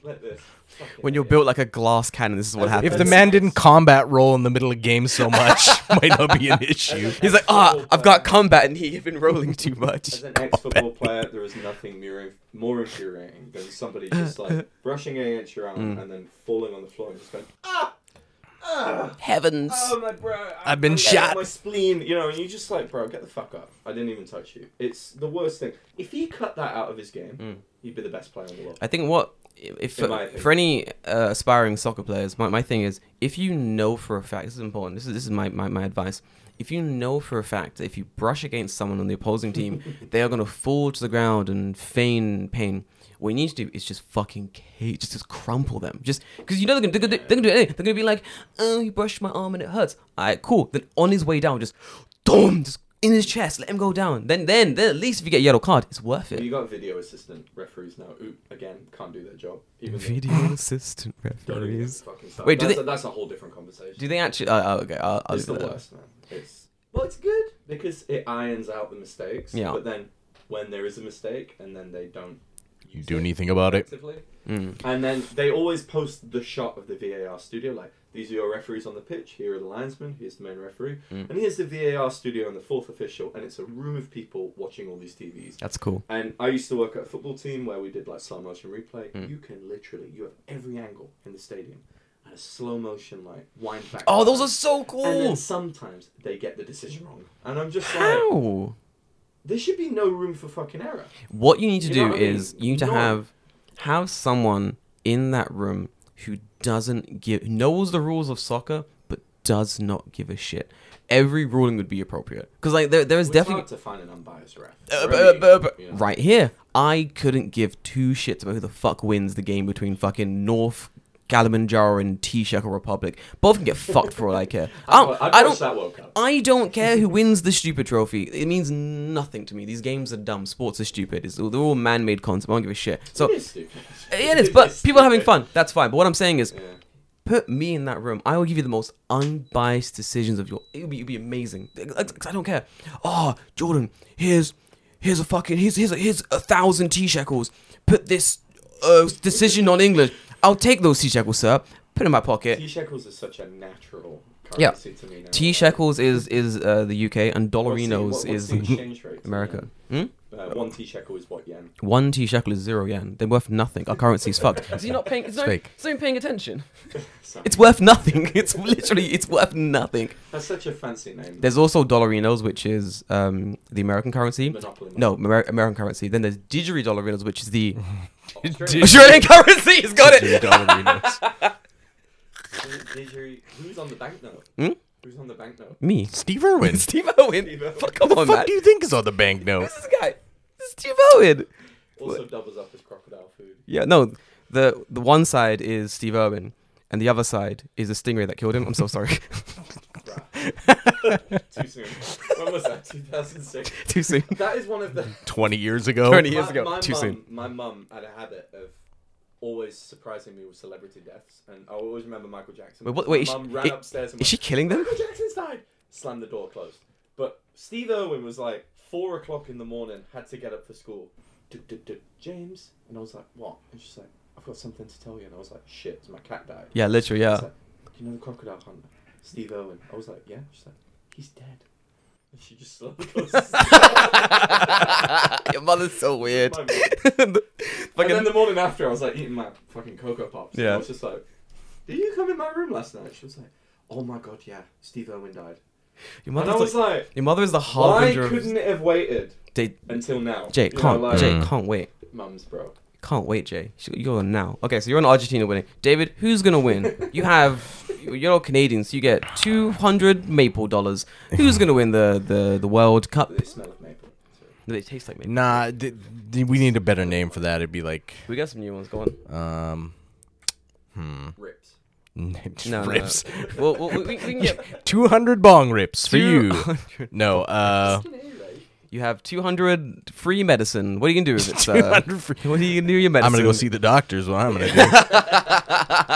Speaker 3: like this. Fucking
Speaker 4: when you're
Speaker 3: idiot.
Speaker 4: built like a glass cannon, this is what
Speaker 3: As a-
Speaker 4: happens.
Speaker 5: If the man didn't combat roll in the middle of games so much, might not be an issue.
Speaker 4: He's like, ah, I've got combat, and he'd been rolling too much.
Speaker 3: As an ex-football player, there is nothing more, more infuriating than somebody just like brushing against your arm
Speaker 4: Mm.
Speaker 3: and then falling on the floor and just going, ah,
Speaker 4: Heavens.
Speaker 3: oh my bro, I-
Speaker 5: I've been
Speaker 3: I'm getting
Speaker 5: shot."
Speaker 3: My spleen, you know, and you just like, bro, get the fuck up. I didn't even touch you. It's the worst thing. If he cut that out of his game, he'd be the best player in the world.
Speaker 4: Mm. I think what if
Speaker 3: In my opinion.
Speaker 4: for any uh, aspiring soccer players, my, my thing is if you know for a fact, this is important. This is this is my, my, my advice. If you know for a fact that if you brush against someone on the opposing team, they are going to fall to the ground and feign pain. What you need to do is just fucking cage, just, just crumple them, just because you know they're gonna, they're, gonna, they're gonna do anything. They're gonna be like, "Oh, he brushed my arm and it hurts." All right, cool. Then on his way down, just, boom, just in his chest, let him go down. Then, then, then at least if you get a yellow card, it's worth it.
Speaker 3: You got video assistant referees now. Who again can't do their job. Even though-
Speaker 4: Video assistant
Speaker 3: Don't even get
Speaker 4: referees.
Speaker 3: fucking started.
Speaker 4: Wait, do
Speaker 3: that's,
Speaker 4: they-
Speaker 3: a, that's a whole different conversation.
Speaker 4: Do they actually? Uh, oh, okay, I'll, I'll
Speaker 3: it's the
Speaker 4: leave it there.
Speaker 3: worst, man. It's well, it's good because it irons out the mistakes.
Speaker 4: Yeah.
Speaker 3: But then when there is a mistake and then they don't use
Speaker 5: Do
Speaker 3: it
Speaker 5: anything about it?
Speaker 3: effectively,
Speaker 4: Mm.
Speaker 3: and then they always post the shot of the VAR studio, like these are your referees on the pitch. Here are the linesmen. Here's the main referee,
Speaker 4: Mm.
Speaker 3: and here's the VAR studio and the fourth official, and it's a room of people watching all these TVs.
Speaker 4: That's cool.
Speaker 3: And I used to work at a football team where we did like slow motion replay.
Speaker 4: Mm.
Speaker 3: You can literally you have every angle in the stadium and a slow motion like wind back.
Speaker 4: Oh, those
Speaker 3: back.
Speaker 4: are so
Speaker 3: And then
Speaker 4: cool.
Speaker 3: sometimes they get the decision wrong, and I'm just like,
Speaker 4: How?
Speaker 3: there should be no room for fucking error.
Speaker 4: What you need to
Speaker 3: You know
Speaker 4: do
Speaker 3: what I mean?
Speaker 4: is you need to
Speaker 3: No.
Speaker 4: have have someone in that room who doesn't give knows the rules of soccer but does not give a shit. Every ruling would be appropriate because like there there is
Speaker 3: It's
Speaker 4: definitely
Speaker 3: hard to find an unbiased ref.
Speaker 4: Uh,
Speaker 3: Or
Speaker 4: b-
Speaker 3: any-
Speaker 4: uh, b- uh, b-
Speaker 3: you know.
Speaker 4: right here. I couldn't give two shits about who the fuck wins the game between fucking North Kalimanjaro and T-Shekel Republic. Both can get fucked for all I care. I
Speaker 3: I'd
Speaker 4: don't,
Speaker 3: watch
Speaker 4: I don't,
Speaker 3: that World Cup.
Speaker 4: I don't care who wins the stupid trophy. It means nothing to me. These games are dumb. Sports are stupid. It's, they're all man-made content. I don't give a shit. So
Speaker 3: It is stupid.
Speaker 4: it is, but people are having
Speaker 3: stupid.
Speaker 4: fun. That's fine. But what I'm saying is,
Speaker 3: Yeah.
Speaker 4: put me in that room. I will give you the most unbiased decisions of your. It would be, it'd be amazing. Like, 'cause I don't care. Oh, Jordan, here's here's a fucking here's here's a, here's a thousand t shekels. Put this uh, decision on England. I'll take those t shekels, sir. Put it in my pocket.
Speaker 3: T shekels is such a natural
Speaker 4: Yeah.
Speaker 3: currency to me now.
Speaker 4: T shekels is is uh, the UK and
Speaker 3: What's the-
Speaker 4: dollarinos
Speaker 3: what- what's
Speaker 4: is
Speaker 3: the exchange rate?
Speaker 4: America. Hmm?
Speaker 3: Uh, one T shekel is what yen?
Speaker 4: One T shekel is zero yen. They're worth nothing. Our currency's fucked. Is he not paying? Is
Speaker 5: no- Fake.
Speaker 4: paying attention?
Speaker 3: Sorry.
Speaker 4: It's worth nothing. It's literally it's worth nothing.
Speaker 3: That's such a fancy name.
Speaker 4: There's also dollarinos, which is um, the American currency.
Speaker 3: Monopoly.
Speaker 4: No, Amer- American currency. Then there's dollarinos, which is the
Speaker 3: Australian-
Speaker 4: Australian currency. He's got it.
Speaker 5: Dollarinos.
Speaker 3: Didgeridoo- Who's on the banknote?
Speaker 4: Hmm?
Speaker 3: Who's on the banknote?
Speaker 4: Me,
Speaker 5: Steve Irwin.
Speaker 4: Steve Owen.
Speaker 3: Steve Owen.
Speaker 4: Fuck, come
Speaker 5: What the
Speaker 4: on,
Speaker 5: fuck
Speaker 4: man.
Speaker 5: do you think is on the banknote?
Speaker 4: Who's this guy? This is Steve Owen.
Speaker 3: Also doubles up as crocodile food.
Speaker 4: Yeah, no. The the one side is Steve Owen, and the other side is the stingray that killed him. I'm so sorry.
Speaker 3: Bruh. Too soon. When was that? 2006.
Speaker 4: Too soon.
Speaker 3: That is one of the.
Speaker 5: 20 years ago?
Speaker 4: 20 years
Speaker 3: my,
Speaker 4: ago.
Speaker 3: My
Speaker 4: Too
Speaker 3: mum,
Speaker 4: soon.
Speaker 3: My mum had a habit of always surprising me with celebrity deaths, and I always remember Michael Jackson.
Speaker 4: Wait, what-
Speaker 3: My
Speaker 4: wait, is
Speaker 3: mum
Speaker 4: she-
Speaker 3: ran
Speaker 4: i-
Speaker 3: upstairs and
Speaker 4: Is
Speaker 3: went,
Speaker 4: she killing them?
Speaker 3: Michael Jackson's died. Slammed the door closed. But Steve Irwin was like four o'clock in the morning, had to get up for school. Du- du- du- James, and I was like, what? And she's like, I've got something to tell you. And I was like, shit, it's my cat died.
Speaker 4: Yeah, literally.
Speaker 3: She's
Speaker 4: Yeah.
Speaker 3: like, Do you know the crocodile hunter? Steve Irwin. I was like, yeah. She's like, he's dead. And she just slowly goes.
Speaker 4: Your mother's so weird.
Speaker 3: My mum. And then the morning after, I was like eating my fucking cocoa pops. Yeah. And
Speaker 4: Yeah.
Speaker 3: I was just like, "Did you come in my room last night?" She was like, "Oh my god, yeah, Steve Irwin died."
Speaker 4: Your
Speaker 3: And I
Speaker 4: mother's
Speaker 3: was
Speaker 4: like,
Speaker 3: like,
Speaker 4: your mother is the
Speaker 3: "Why
Speaker 4: harbinger of.
Speaker 3: couldn't it have waited
Speaker 4: They,
Speaker 3: until now?"
Speaker 4: Jay,
Speaker 3: You know,
Speaker 4: can't,
Speaker 3: like,
Speaker 5: Mm.
Speaker 4: Jay, can't wait.
Speaker 3: mums, bro.
Speaker 4: Can't wait, Jay. Sh- You're on now. Okay, so you're on Argentina winning. David, who's gonna win? You have you're all Canadian, so you get two hundred maple dollars. Who's gonna win the, the, the World Cup?
Speaker 3: They smell of maple.
Speaker 4: They taste like maple.
Speaker 5: Nah, d- d- we need a better name for that. It'd be like,
Speaker 4: We got some new ones. Go on.
Speaker 5: um, hmm,
Speaker 3: Rips.
Speaker 4: No, no.
Speaker 5: rips.
Speaker 4: Well, well we, we, we can get
Speaker 5: 200 bong rips for you.
Speaker 4: 200.
Speaker 5: No, uh,
Speaker 3: Fucking A, right?
Speaker 4: You have two hundred free medicine. What are you gonna do with it, sir?
Speaker 5: 200 free-
Speaker 4: What are you gonna do with your medicine?
Speaker 5: I'm gonna go see the doctors. What I'm gonna do?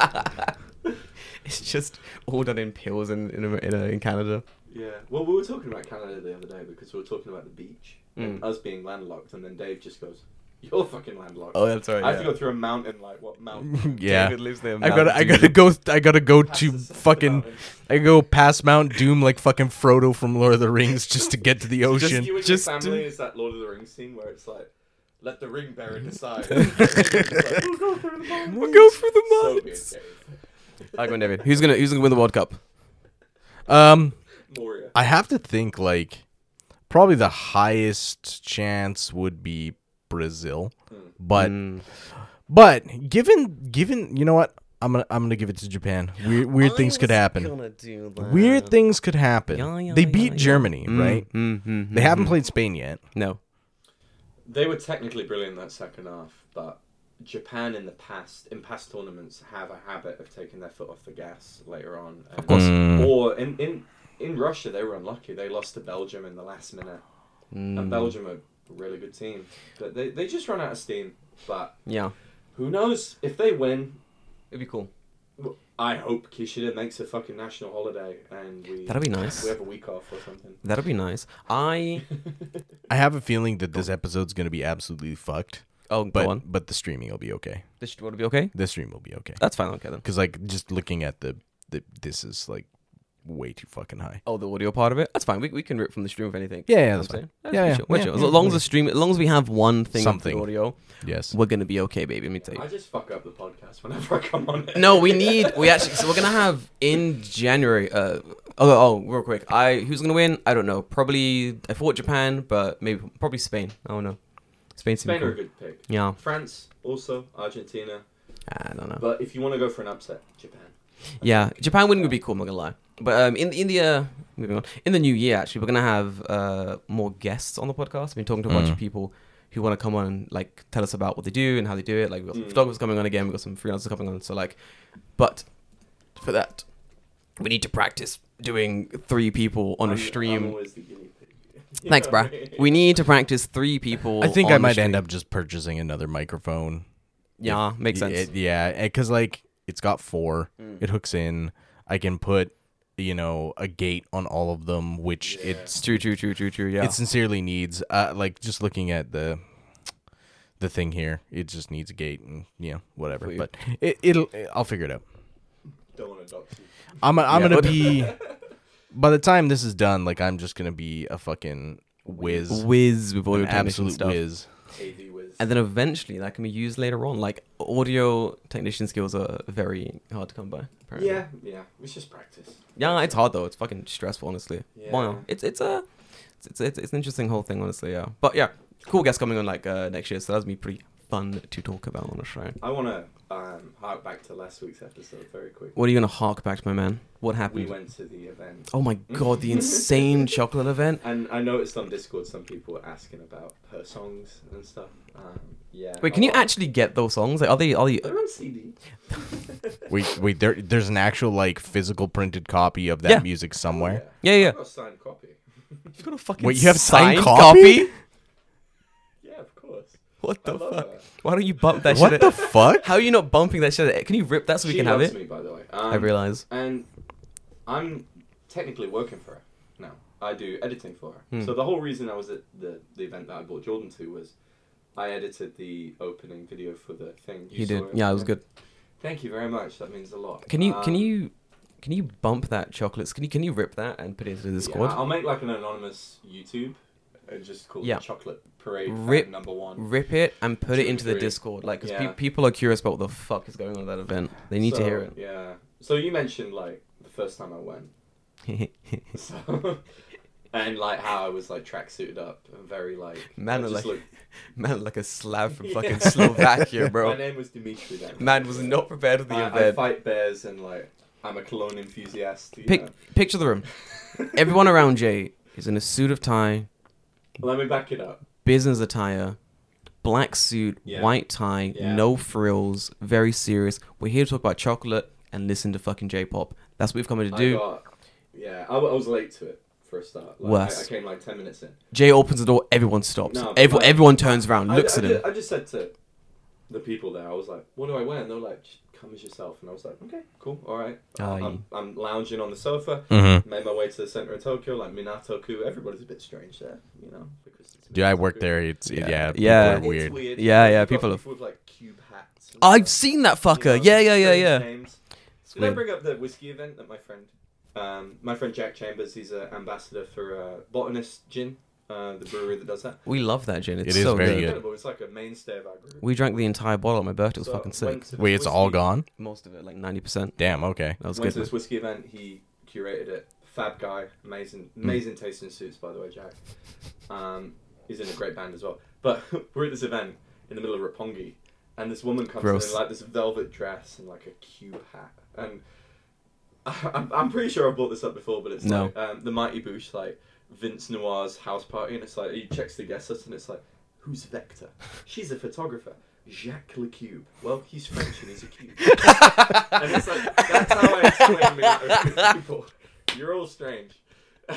Speaker 4: It's just all done in pills in in in, uh, in Canada.
Speaker 3: Yeah. Well, we were talking about Canada the other day because we were talking about the beach
Speaker 4: Mm.
Speaker 3: and us being landlocked, and then Dave just goes, "You're fucking landlocked."
Speaker 4: Oh, that's right.
Speaker 3: I have to go through a mountain, like what mountain?
Speaker 5: yeah,
Speaker 4: David lives there.
Speaker 5: I gotta, I gotta go, I gotta go
Speaker 3: Past
Speaker 5: to
Speaker 3: the side of the
Speaker 5: fucking,
Speaker 3: mountain.
Speaker 5: I go past Mount Doom like fucking Frodo from Lord of the Rings just to get to the ocean.
Speaker 3: You and
Speaker 4: Just
Speaker 3: your family
Speaker 4: do-
Speaker 3: is that Lord of the Rings scene where it's like, let the ring bearer decide. It's like, we'll go through the mountains.
Speaker 4: We'll go through the
Speaker 3: So good,
Speaker 4: mines.
Speaker 3: Dave.
Speaker 4: I go, on, David. Who's gonna Who's gonna win the World Cup?
Speaker 5: Um,
Speaker 3: Moria.
Speaker 5: I have to think like probably the highest chance would be Brazil, but
Speaker 4: Mm.
Speaker 5: But given given you know what I'm gonna I'm gonna give it to Japan. Weird weird things could happen. Weird things could happen.
Speaker 4: Yeah, yeah,
Speaker 5: they
Speaker 4: yeah,
Speaker 5: beat
Speaker 4: yeah.
Speaker 5: Germany, right?
Speaker 4: Mm-hmm.
Speaker 5: They haven't played Spain yet.
Speaker 4: No.
Speaker 3: They were technically brilliant that second half, but Japan in the past, in past tournaments, have a habit of taking their foot off the gas later on. And, of
Speaker 4: course.
Speaker 3: Or in, in in Russia, they were unlucky. They lost to Belgium in the last minute,
Speaker 4: Mm.
Speaker 3: and Belgium are a really good team, but they they just run out of steam. But
Speaker 4: Yeah.
Speaker 3: who knows if they win?
Speaker 4: It'd be cool.
Speaker 3: I hope Kishida makes a fucking national holiday and we
Speaker 4: That'd be nice.
Speaker 3: We have a week off or something.
Speaker 4: That'd be nice. I
Speaker 5: I have a feeling that this episode's gonna be absolutely fucked.
Speaker 4: oh
Speaker 5: But
Speaker 4: go on.
Speaker 5: but the streaming will be okay.
Speaker 4: This would be okay.
Speaker 5: The stream will be okay.
Speaker 4: That's fine. Okay then.
Speaker 5: Because like just looking at the, the this is like way too fucking high.
Speaker 4: Oh, the audio part of it. That's fine. We, we can rip from the stream if anything.
Speaker 5: Yeah, yeah,
Speaker 4: You know
Speaker 5: that's
Speaker 4: what I'm
Speaker 5: fine.
Speaker 4: saying?
Speaker 5: Yeah,
Speaker 4: we
Speaker 5: yeah.
Speaker 4: should- we
Speaker 5: Yeah,
Speaker 4: should.
Speaker 5: yeah,
Speaker 4: As long as
Speaker 5: yeah.
Speaker 4: the stream, as long as we have one thing
Speaker 5: Something.
Speaker 4: for the audio,
Speaker 5: Yes.
Speaker 4: we're gonna be okay, baby. Let me tell you.
Speaker 3: I just fuck up the podcast whenever I come on. it.
Speaker 4: No, we need. We actually. So we're gonna have in January. Uh, oh, oh, real quick. I who's gonna win? I don't know. Probably I thought Japan, but maybe probably Spain. I don't know. Spain. seemed
Speaker 3: Spain are a
Speaker 4: cool.
Speaker 3: good pick.
Speaker 4: Yeah.
Speaker 3: France also Argentina.
Speaker 4: I don't know.
Speaker 3: But if you want to go for an upset, Japan.
Speaker 4: yeah, Japan winning would be cool. I'm not gonna lie. But um, in in the uh, moving on in the new year, actually, we're gonna have uh more guests on the podcast. I've been talking to a bunch
Speaker 5: Mm.
Speaker 4: of people who want to come on and like tell us about what they do and how they do it. Like we got
Speaker 3: Mm.
Speaker 4: some photographers coming on again. We got some freelancers coming on. So like, but for that, we need to practice doing three people on a
Speaker 3: I'm- I'm
Speaker 4: stream.
Speaker 3: always the guinea pig. You
Speaker 4: Thanks,
Speaker 3: know what I
Speaker 4: bruh.
Speaker 3: mean?
Speaker 4: We need to practice three people.
Speaker 5: I think
Speaker 4: on
Speaker 5: I
Speaker 4: the
Speaker 5: might
Speaker 4: stream.
Speaker 5: end up just purchasing another microphone.
Speaker 4: Yeah, makes sense. Mm.
Speaker 5: It- yeah, because like it's got four. It hooks in. I can put you know a gate on all of them, which it's
Speaker 4: it's true, true, true, true, true. Yeah.
Speaker 5: it sincerely needs. Uh, like just looking at the the thing here, it just needs a gate and you know whatever.
Speaker 4: Sweet.
Speaker 5: But it, it'll I'll figure it out.
Speaker 3: Don't want to dox you.
Speaker 5: I'm I'm
Speaker 4: Yeah.
Speaker 5: gonna be by the time this is done, like I'm just gonna be a fucking whiz,
Speaker 4: whiz with audio
Speaker 5: an
Speaker 4: technician
Speaker 5: absolute
Speaker 4: stuff.
Speaker 5: whiz.
Speaker 3: AV whiz.
Speaker 4: And then eventually that can be used later on. Like audio technician skills are very hard to come by. Apparently.
Speaker 3: Yeah, yeah. It's just practice.
Speaker 4: Yeah, it's hard though. It's fucking stressful, honestly.
Speaker 3: Yeah.
Speaker 4: Wow. It's it's a it's, it's it's an interesting whole thing, honestly. Yeah. But yeah, cool guest coming on like uh, next year, so that's be pretty fun to talk about on a show.
Speaker 3: I want to um, hark back to last week's episode very quick.
Speaker 4: What are you gonna hark back to, my man? What
Speaker 3: We
Speaker 4: happened?
Speaker 3: went to the event,
Speaker 4: oh my god, the insane chocolate event.
Speaker 3: and I noticed on Discord some people were asking about her songs and stuff. Um, yeah.
Speaker 4: Wait, can
Speaker 3: I
Speaker 4: you
Speaker 3: want-
Speaker 4: actually get those songs? Like, are they are they
Speaker 3: They're on CD.
Speaker 5: Wait, wait, there, there's an actual like physical printed copy of that
Speaker 4: Yeah.
Speaker 5: music
Speaker 3: Oh,
Speaker 5: somewhere.
Speaker 4: Yeah, yeah.
Speaker 3: I've got a signed copy.
Speaker 4: You've got a fucking
Speaker 5: Wait, you have signed, copy?
Speaker 3: Yeah, of course.
Speaker 4: What the
Speaker 3: I love
Speaker 4: fuck?
Speaker 3: that.
Speaker 4: Why don't you bump that
Speaker 5: What
Speaker 4: shit?
Speaker 5: the fuck?
Speaker 4: How are you not bumping that shit? Can you rip that so we
Speaker 3: she
Speaker 4: can have
Speaker 3: loves
Speaker 4: it?
Speaker 3: me, by the way. Um,
Speaker 4: I realize.
Speaker 3: And I'm technically working for her now. I do editing for her.
Speaker 4: Hmm.
Speaker 3: So the whole reason I was at the, the event that I brought Jordan to was I edited the opening video for the thing. You
Speaker 4: He did.
Speaker 3: saw
Speaker 4: Yeah, it was good.
Speaker 3: Thank you very much. That means a lot.
Speaker 4: Can you can
Speaker 3: Um,
Speaker 4: you can you bump that chocolates? Can you can you rip that and put it into the
Speaker 3: yeah,
Speaker 4: Discord?
Speaker 3: I'll make like an anonymous YouTube and just call
Speaker 4: Yeah.
Speaker 3: it Chocolate Parade Fan
Speaker 4: Rip-
Speaker 3: number one.
Speaker 4: Rip it and put it
Speaker 3: Two,
Speaker 4: into the
Speaker 3: three.
Speaker 4: Discord, like 'cause
Speaker 3: Yeah.
Speaker 4: pe- people are curious about what the fuck is going on at that event. They need to
Speaker 3: So,
Speaker 4: hear it.
Speaker 3: Yeah. So you mentioned like the first time I went. So and like how I was like track suited up and very like
Speaker 4: Man,
Speaker 3: I just
Speaker 4: like-
Speaker 3: looked-
Speaker 4: Man, like a slab from
Speaker 3: Yeah.
Speaker 4: fucking Slovakia,
Speaker 3: My
Speaker 4: bro.
Speaker 3: name was Dimitri then.
Speaker 4: Man was not prepared for the
Speaker 3: I, I
Speaker 4: event.
Speaker 3: fight bears and like I'm a cologne enthusiast. You
Speaker 4: Pic-
Speaker 3: know.
Speaker 4: picture the room. Everyone around Jay is in a suit of tie,
Speaker 3: Let me back it up.
Speaker 4: business attire, black suit,
Speaker 3: Yeah.
Speaker 4: white tie,
Speaker 3: Yeah.
Speaker 4: no frills, very serious. We're here to talk about chocolate and listen to fucking J-pop. That's what we've come here to
Speaker 3: I
Speaker 4: do.
Speaker 3: got, yeah, I, w- I was late to it for a start. Like,
Speaker 4: Worse.
Speaker 3: I, I came like ten minutes in.
Speaker 4: Jay opens the door, everyone stops.
Speaker 3: No,
Speaker 4: Every-
Speaker 3: but-
Speaker 4: everyone turns around, looks
Speaker 3: I,
Speaker 4: at
Speaker 3: I,
Speaker 4: him.
Speaker 3: Just, I just said to the people there, I was like, "What do I wear?" And they were like, "Just "Come as yourself." And I was like, "Okay, cool, all right."
Speaker 4: Aye.
Speaker 3: I'm, I'm lounging on the sofa.
Speaker 5: Mm-hmm.
Speaker 3: Made my way to the center of Tokyo, like Minato-ku. Everybody's a bit strange there, you know. Because it's
Speaker 5: Dude, I work
Speaker 3: Minato-ku.
Speaker 5: there. It's yeah,
Speaker 4: Yeah.
Speaker 5: people
Speaker 4: Yeah.
Speaker 5: are
Speaker 4: It's
Speaker 3: It's
Speaker 5: weird.
Speaker 3: weird.
Speaker 4: Yeah,
Speaker 3: You've
Speaker 4: yeah,
Speaker 3: got
Speaker 4: people have-
Speaker 3: with like cube hats. and
Speaker 4: I've
Speaker 3: stuff.
Speaker 4: seen that
Speaker 3: You know,
Speaker 4: fucker. Yeah, yeah, yeah,
Speaker 3: strange
Speaker 4: yeah.
Speaker 3: names. Did I
Speaker 4: weird.
Speaker 3: bring up the whiskey event that my friend, um, my friend Jack Chambers, he's an ambassador for uh, Botanist Gin, uh, the brewery that does that.
Speaker 4: We love that gin. It's
Speaker 5: is
Speaker 4: so
Speaker 5: very
Speaker 4: good.
Speaker 5: good.
Speaker 3: Incredible. It's like a mainstay of our group.
Speaker 4: We drank the entire bottle at my birthday. It was
Speaker 3: So,
Speaker 4: fucking
Speaker 3: went
Speaker 4: sick.
Speaker 3: to this
Speaker 5: Wait, it's all
Speaker 3: whiskey-
Speaker 5: gone.
Speaker 4: Most of it, like 90%.
Speaker 5: Damn. Okay.
Speaker 4: That was
Speaker 3: Went
Speaker 4: good.
Speaker 3: to this whiskey event. He curated it. Fab guy, amazing,
Speaker 4: Hmm.
Speaker 3: amazing taste in suits, by the way, Jack. Um, he's in a great band as well. But we're at this event in the middle of Roppongi, and this woman comes
Speaker 4: Gross.
Speaker 3: in in like this velvet dress and like a cute hat, and I, I'm, I'm pretty sure I brought this up before, but it's
Speaker 4: No.
Speaker 3: like um, the Mighty Boosh, like Vince Noir's house party, and it's like he checks the guest list, and it's like, who's Vector? She's a photographer. Jacques LeCube. Well, he's French and he's a cube. and it's like that's how I explain me to people. You're all strange.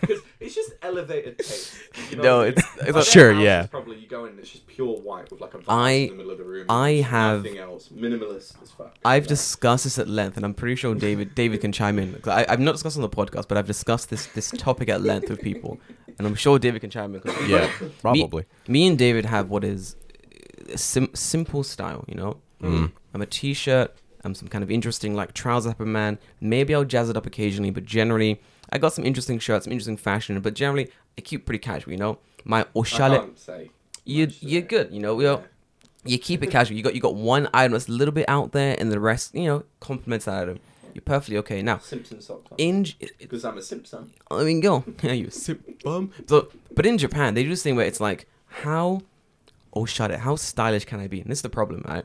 Speaker 3: Because it's just elevated taste. You know
Speaker 4: No,
Speaker 3: what I mean?
Speaker 4: it's- it's
Speaker 3: Like,
Speaker 4: not-
Speaker 3: their
Speaker 5: Sure,
Speaker 3: house
Speaker 5: yeah.
Speaker 3: is Probably you go in, and it's just pure white with like a vase
Speaker 4: I-
Speaker 3: in the middle of the room.
Speaker 4: I
Speaker 3: There's
Speaker 4: have-
Speaker 3: nothing else. Minimalist as fuck.
Speaker 4: I've
Speaker 3: Yeah.
Speaker 4: discussed this at length, and I'm pretty sure David David can chime in. 'Cause I, I've not discussed on the podcast, but I've discussed this this topic at length with people, and I'm sure David can chime in. 'cause-
Speaker 5: Yeah, probably.
Speaker 4: Me, me and David have what is a sim- simple style, you know. I'm a t-shirt. I'm some kind of interesting like trouser upper man. Maybe I'll jazz it up occasionally, but generally, I got some interesting shirts, some interesting fashion. But generally, I keep pretty casual, you know. My
Speaker 3: I
Speaker 4: oshale
Speaker 3: can't say.
Speaker 4: you
Speaker 3: much
Speaker 4: you're
Speaker 3: today.
Speaker 4: good. You know, you know, you keep it casual. You got you got one item that's a little bit out there, and the rest, you know, complements that item. You're perfectly okay. Now,
Speaker 3: Simpson sock.
Speaker 4: in J-
Speaker 3: Because I'm a Simpson.
Speaker 4: I mean, go yeah, you sip bum. So, but in Japan, they do this thing where it's like, how oh shut it, how stylish can I be? And this is the problem, right?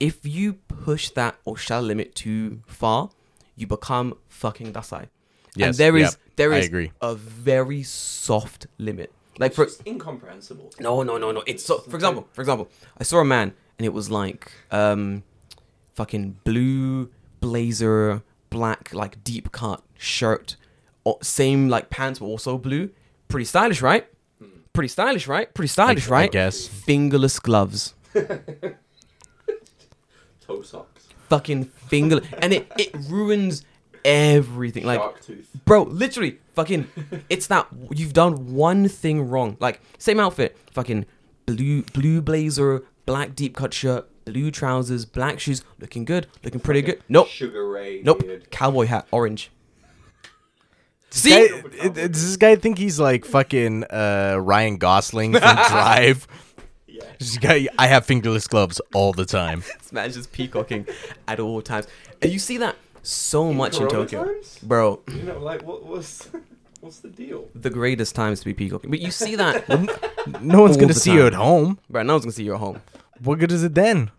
Speaker 4: If you push that oshara limit too far, you become fucking dasai. and
Speaker 5: Yes,
Speaker 4: there is
Speaker 5: yep,
Speaker 4: there
Speaker 5: I
Speaker 4: is
Speaker 5: agree.
Speaker 4: a very soft limit. Like
Speaker 3: It's
Speaker 4: for
Speaker 3: just incomprehensible.
Speaker 4: no, no, no, no. It's so. For example, for example, I saw a man and it was like, um, fucking blue blazer, black like deep cut shirt, or same like pants but also blue. Pretty stylish, right? Pretty stylish, right? Pretty stylish,
Speaker 5: Hmm. I
Speaker 4: right?
Speaker 5: guess.
Speaker 4: Fingerless gloves.
Speaker 3: Toe socks.
Speaker 4: Fucking finger, and it it ruins everything. Like
Speaker 3: Shark tooth.
Speaker 4: Bro, literally, fucking, it's that you've done one thing wrong. Like same outfit, fucking blue blue blazer, black deep cut shirt, blue trousers, black shoes, looking good, looking pretty good. Nope,
Speaker 3: Sugar Ray.
Speaker 4: nope,
Speaker 3: beard.
Speaker 4: cowboy hat, orange.
Speaker 5: Guy,
Speaker 4: See,
Speaker 5: it- it- does this guy think he's like fucking uh, Ryan Gosling from Drive?
Speaker 3: Yeah.
Speaker 5: This guy, I have fingerless gloves all the time.
Speaker 4: this man's just peacocking at all times, and you see that so much in
Speaker 3: Corona
Speaker 4: Tokyo,
Speaker 3: times?
Speaker 4: bro.
Speaker 3: You know, like what was, what's the deal?
Speaker 4: The greatest times to be peacocking, but you see that,
Speaker 5: No one's
Speaker 4: All
Speaker 5: gonna
Speaker 4: the
Speaker 5: see you
Speaker 4: time.
Speaker 5: at home.
Speaker 4: bro. No one's gonna see you at home.
Speaker 5: What good is it then?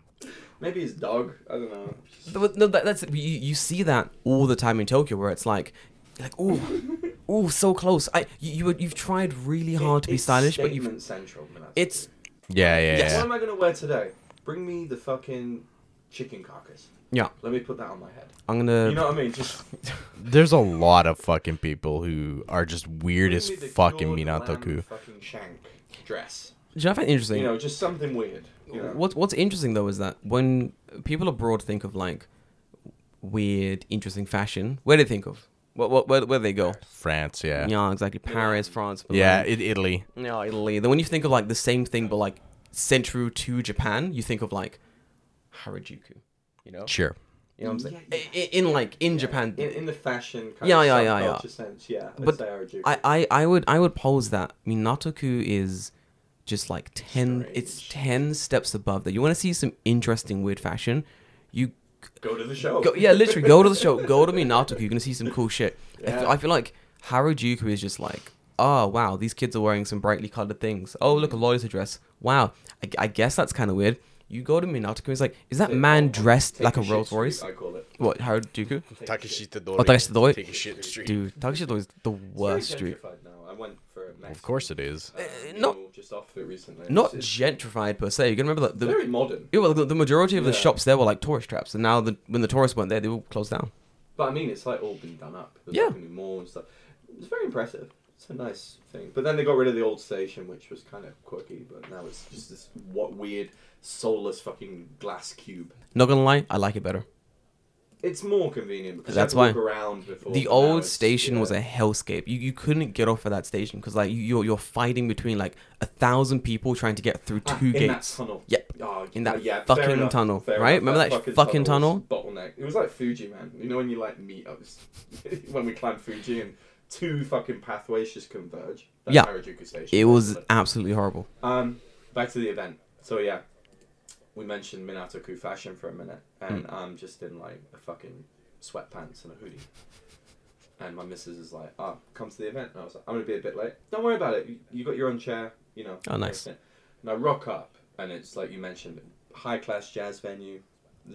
Speaker 3: Maybe his dog. I don't know.
Speaker 4: But no, that, that's you, you see that all the time in Tokyo, where it's like, like oh, oh, so close. I you, you were- you've tried really hard to be
Speaker 3: It's
Speaker 4: stylish, but you've
Speaker 3: statement central. man, that's
Speaker 4: it's
Speaker 5: Yeah, yeah,
Speaker 3: it. What
Speaker 5: yeah.
Speaker 3: am I gonna wear today? Bring me the fucking chicken carcass.
Speaker 4: yeah.
Speaker 3: Let me put that on my head.
Speaker 4: I'm gonna
Speaker 3: You know what I mean? Just
Speaker 5: There's a lot of fucking people who are just weird
Speaker 3: bring
Speaker 5: as
Speaker 3: me the
Speaker 5: fucking
Speaker 3: cured lamb
Speaker 5: Minatoku.
Speaker 3: Fucking shank dress.
Speaker 4: do you know what I find interesting?
Speaker 3: You know, just something weird. You know?
Speaker 4: What's what's interesting though is that when people abroad think of like weird, interesting fashion, where do they think of? What what where, where do they go?
Speaker 5: France, yeah,
Speaker 4: Yeah, exactly. Paris, France.
Speaker 5: yeah.
Speaker 4: Milan.
Speaker 5: It, Italy.
Speaker 4: No, Italy. Then when you think of like the same thing, but like central to Japan, you think of like Harajuku. You know,
Speaker 5: Sure.
Speaker 4: you know what I'm saying?
Speaker 3: Yeah,
Speaker 4: I- I- In like in Japan,
Speaker 3: In, in the fashion kind
Speaker 4: Yeah,
Speaker 3: of
Speaker 4: yeah, yeah, yeah.
Speaker 3: subculture sense, yeah. I'd
Speaker 4: But
Speaker 3: say Harajuku.
Speaker 4: I, I I would I would pose that Minatoku is just like ten. It's
Speaker 3: Strange.
Speaker 4: ten steps above that. You want to see some interesting weird fashion, you
Speaker 3: go to the show.
Speaker 4: go, yeah literally go to the show, go to Minatoku. You're gonna see some cool shit. I, feel,
Speaker 3: Yeah.
Speaker 4: I feel like Harajuku is just like oh wow these kids are wearing some brightly colored things. Oh look a lawyer's dress. Wow, I, I guess that's kind of weird. You go to Minatoku, it's like is that
Speaker 3: Take-
Speaker 4: man dressed
Speaker 3: Take
Speaker 4: like a
Speaker 3: shit
Speaker 4: Rolls
Speaker 3: street,
Speaker 4: Royce?
Speaker 3: I call it.
Speaker 4: What Harajuku?
Speaker 5: Takashi
Speaker 4: Oh, Takashi Tadori.
Speaker 5: Take a shit street.
Speaker 4: Dude, Takashito is the
Speaker 3: It's very
Speaker 4: worst street.
Speaker 3: gentrified Now. I went for a
Speaker 5: Of course it is.
Speaker 4: Uh, not-
Speaker 3: not just off it recently.
Speaker 4: Not
Speaker 3: It's-
Speaker 4: gentrified per se. You can remember that the,
Speaker 3: it's very modern.
Speaker 4: Yeah, well, the, the majority of the
Speaker 3: Yeah.
Speaker 4: shops there were like tourist traps, and now the, when the tourists weren't there, they were closed down.
Speaker 3: But I mean, it's like all been done up. There's
Speaker 4: Yeah.
Speaker 3: like a new mall and stuff. It's very impressive. It's a nice thing. But then they got rid of the old station, which was kind of quirky. But now it's just this what weird soulless fucking glass cube.
Speaker 4: Not gonna lie, I like it better.
Speaker 3: It's more convenient because
Speaker 4: That's
Speaker 3: you had to
Speaker 4: why
Speaker 3: walk around before.
Speaker 4: The
Speaker 3: but now
Speaker 4: old
Speaker 3: it's-
Speaker 4: station was
Speaker 3: yeah.
Speaker 4: a hellscape. You you couldn't get off of that station because like you, you're you're fighting between like a thousand people trying to get through
Speaker 3: Ah,
Speaker 4: two
Speaker 3: in
Speaker 4: gates.
Speaker 3: That tunnel.
Speaker 4: Yep.
Speaker 3: Oh,
Speaker 4: In that
Speaker 3: yeah, fair
Speaker 4: fucking
Speaker 3: enough,
Speaker 4: tunnel,
Speaker 3: fair
Speaker 4: right? Remember that fucking
Speaker 3: was Bottleneck. It was like Fuji, man. You know when you like meet up when we climbed Fuji and two fucking pathways just converge. That's
Speaker 4: Yeah.
Speaker 3: Harajuku Station.
Speaker 4: It was absolutely horrible.
Speaker 3: Um, back to the event. So yeah, we mentioned Minatoku fashion for a minute, and
Speaker 4: Hmm.
Speaker 3: I'm just in like a fucking sweatpants and a hoodie. And my missus is like, "Oh, come to the event." And I was like, "I'm gonna be a bit late. Don't worry about it. You, you got your own chair, you know."
Speaker 4: Oh, nice.
Speaker 3: everything." And I rock up, and it's like you mentioned, high class jazz venue.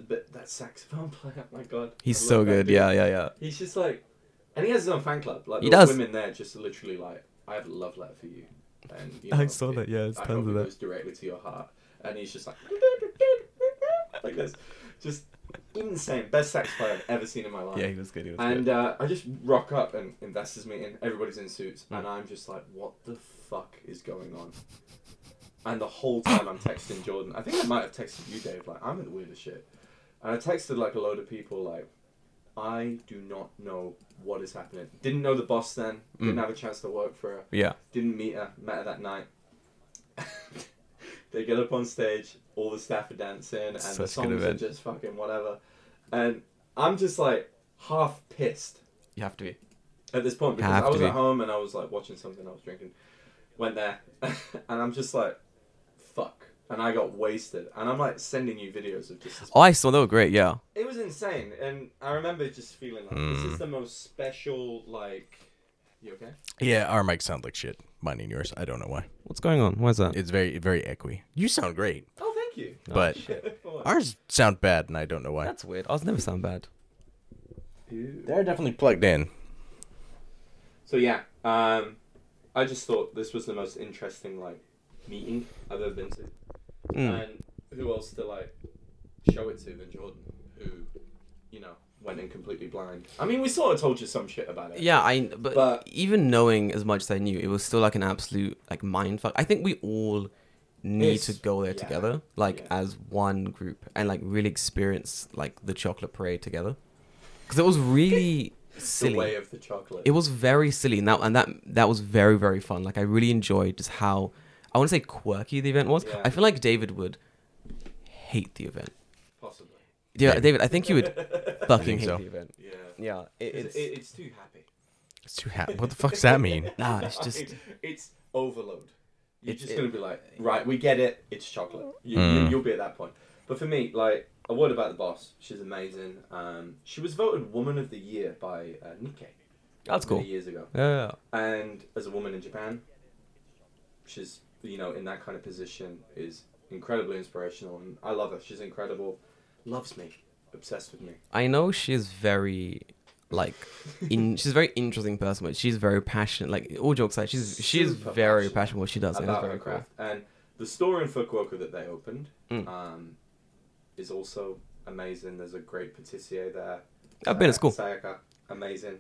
Speaker 3: But that saxophone player, oh my god,
Speaker 4: He's
Speaker 3: I love
Speaker 4: so
Speaker 3: that
Speaker 4: good.
Speaker 3: dude.
Speaker 4: Yeah, yeah, yeah.
Speaker 3: He's just like, and he has his own fan club. Like
Speaker 4: He
Speaker 3: the
Speaker 4: does.
Speaker 3: women there just are literally like, I have a love letter for you. And you
Speaker 4: I saw that, yeah, it's
Speaker 3: I
Speaker 4: tons
Speaker 3: hope
Speaker 4: of
Speaker 3: it
Speaker 4: that.
Speaker 3: goes directly to your heart. And he's just like, like this, just insane. Best sax player I've ever seen in my life.
Speaker 4: Yeah, he was good. He was
Speaker 3: And
Speaker 4: good.
Speaker 3: uh, I just rock up and investors meeting. Everybody's in suits,
Speaker 4: Mm.
Speaker 3: and I'm just like, "What the fuck is going on?" And the whole time I'm texting Jordan. I think I might have texted you, Dave. Like, I'm in the weirdest shit. And I texted like a load of people. Like, I do not know what is happening. Didn't know the boss then. Didn't have a chance to work for her.
Speaker 4: Mm. Yeah.
Speaker 3: Didn't meet her. Met her that night. they get up on stage. All the staff are dancing, and
Speaker 4: Such
Speaker 3: the
Speaker 4: good
Speaker 3: songs are
Speaker 4: event.
Speaker 3: just fucking whatever. And I'm just like half pissed
Speaker 4: You have to be.
Speaker 3: at this point because
Speaker 4: Have
Speaker 3: I
Speaker 4: to
Speaker 3: was
Speaker 4: be.
Speaker 3: at home and I was like watching something I was drinking. Went there and I'm just like, fuck. And I got wasted. And I'm like sending you videos of just this.
Speaker 4: Oh, I saw they were great. Yeah.
Speaker 3: It was insane. And I remember just feeling like this
Speaker 4: Hmm.
Speaker 3: is the most special, like. You okay?
Speaker 5: Yeah, our mics sound like shit. Mine and yours. I don't know why.
Speaker 4: What's going on? Why's that?
Speaker 5: It's very, very echoey. You sound great,
Speaker 3: Oh, thank you.
Speaker 5: but ours sound bad, and I don't know why.
Speaker 4: That's weird. Ours never sound bad.
Speaker 5: They're definitely plugged in.
Speaker 3: So yeah, um, I just thought this was the most interesting like meeting I've ever been to.
Speaker 4: Hmm.
Speaker 3: And who else to like show it to than Jordan, who, you know, went in completely blind. I mean, we sort of told you some shit about it.
Speaker 4: Yeah, I. But,
Speaker 3: But-
Speaker 4: even knowing as much as I knew, it was still like an absolute like mindfuck. I think we all need
Speaker 3: It's-
Speaker 4: to go there
Speaker 3: yeah.
Speaker 4: together, like
Speaker 3: Yeah.
Speaker 4: as one group, and like really experience like the chocolate parade together, because it was really
Speaker 3: The
Speaker 4: silly.
Speaker 3: way of the chocolate.
Speaker 4: it was very silly and that and that that was very very fun like i really enjoyed just how i want to say quirky the event was
Speaker 3: Yeah.
Speaker 4: i feel like david would hate the event
Speaker 3: possibly.
Speaker 4: yeah david i think you would fucking
Speaker 5: think
Speaker 4: hate
Speaker 5: so.
Speaker 4: the event
Speaker 3: Yeah.
Speaker 4: yeah it,
Speaker 3: It's,
Speaker 4: it's
Speaker 3: it, it's too happy.
Speaker 5: It's too happy. What the fuck's that mean?
Speaker 4: nah it's
Speaker 3: I
Speaker 4: just
Speaker 3: mean, it's overload. You're
Speaker 4: It's-
Speaker 3: just
Speaker 4: it- Hmm.
Speaker 3: gonna be like, right, we get it. It's chocolate. You, you, you'll be at that point. But for me, like a word about the boss. She's amazing. Um, she was voted woman of the year by uh, Nikkei.
Speaker 4: That's
Speaker 3: many
Speaker 4: cool.
Speaker 3: Years ago,
Speaker 4: yeah
Speaker 3: and as a woman in Japan, she's you know in that kind of position is incredibly inspirational, and I love her. She's incredible. Loves me. Obsessed with me.
Speaker 4: i know she's very like in she's a very interesting person but she's very passionate like all jokes aside she's she's
Speaker 3: Super
Speaker 4: very
Speaker 3: passionate
Speaker 4: passionate, about what she does and it's
Speaker 3: about her
Speaker 4: very cool
Speaker 3: craft. And the store in Fukuoka that they opened
Speaker 4: Mm.
Speaker 3: um, is also amazing. There's a great patissier there. Uh,
Speaker 4: I've been, it's cool.
Speaker 3: Sayaka, amazing.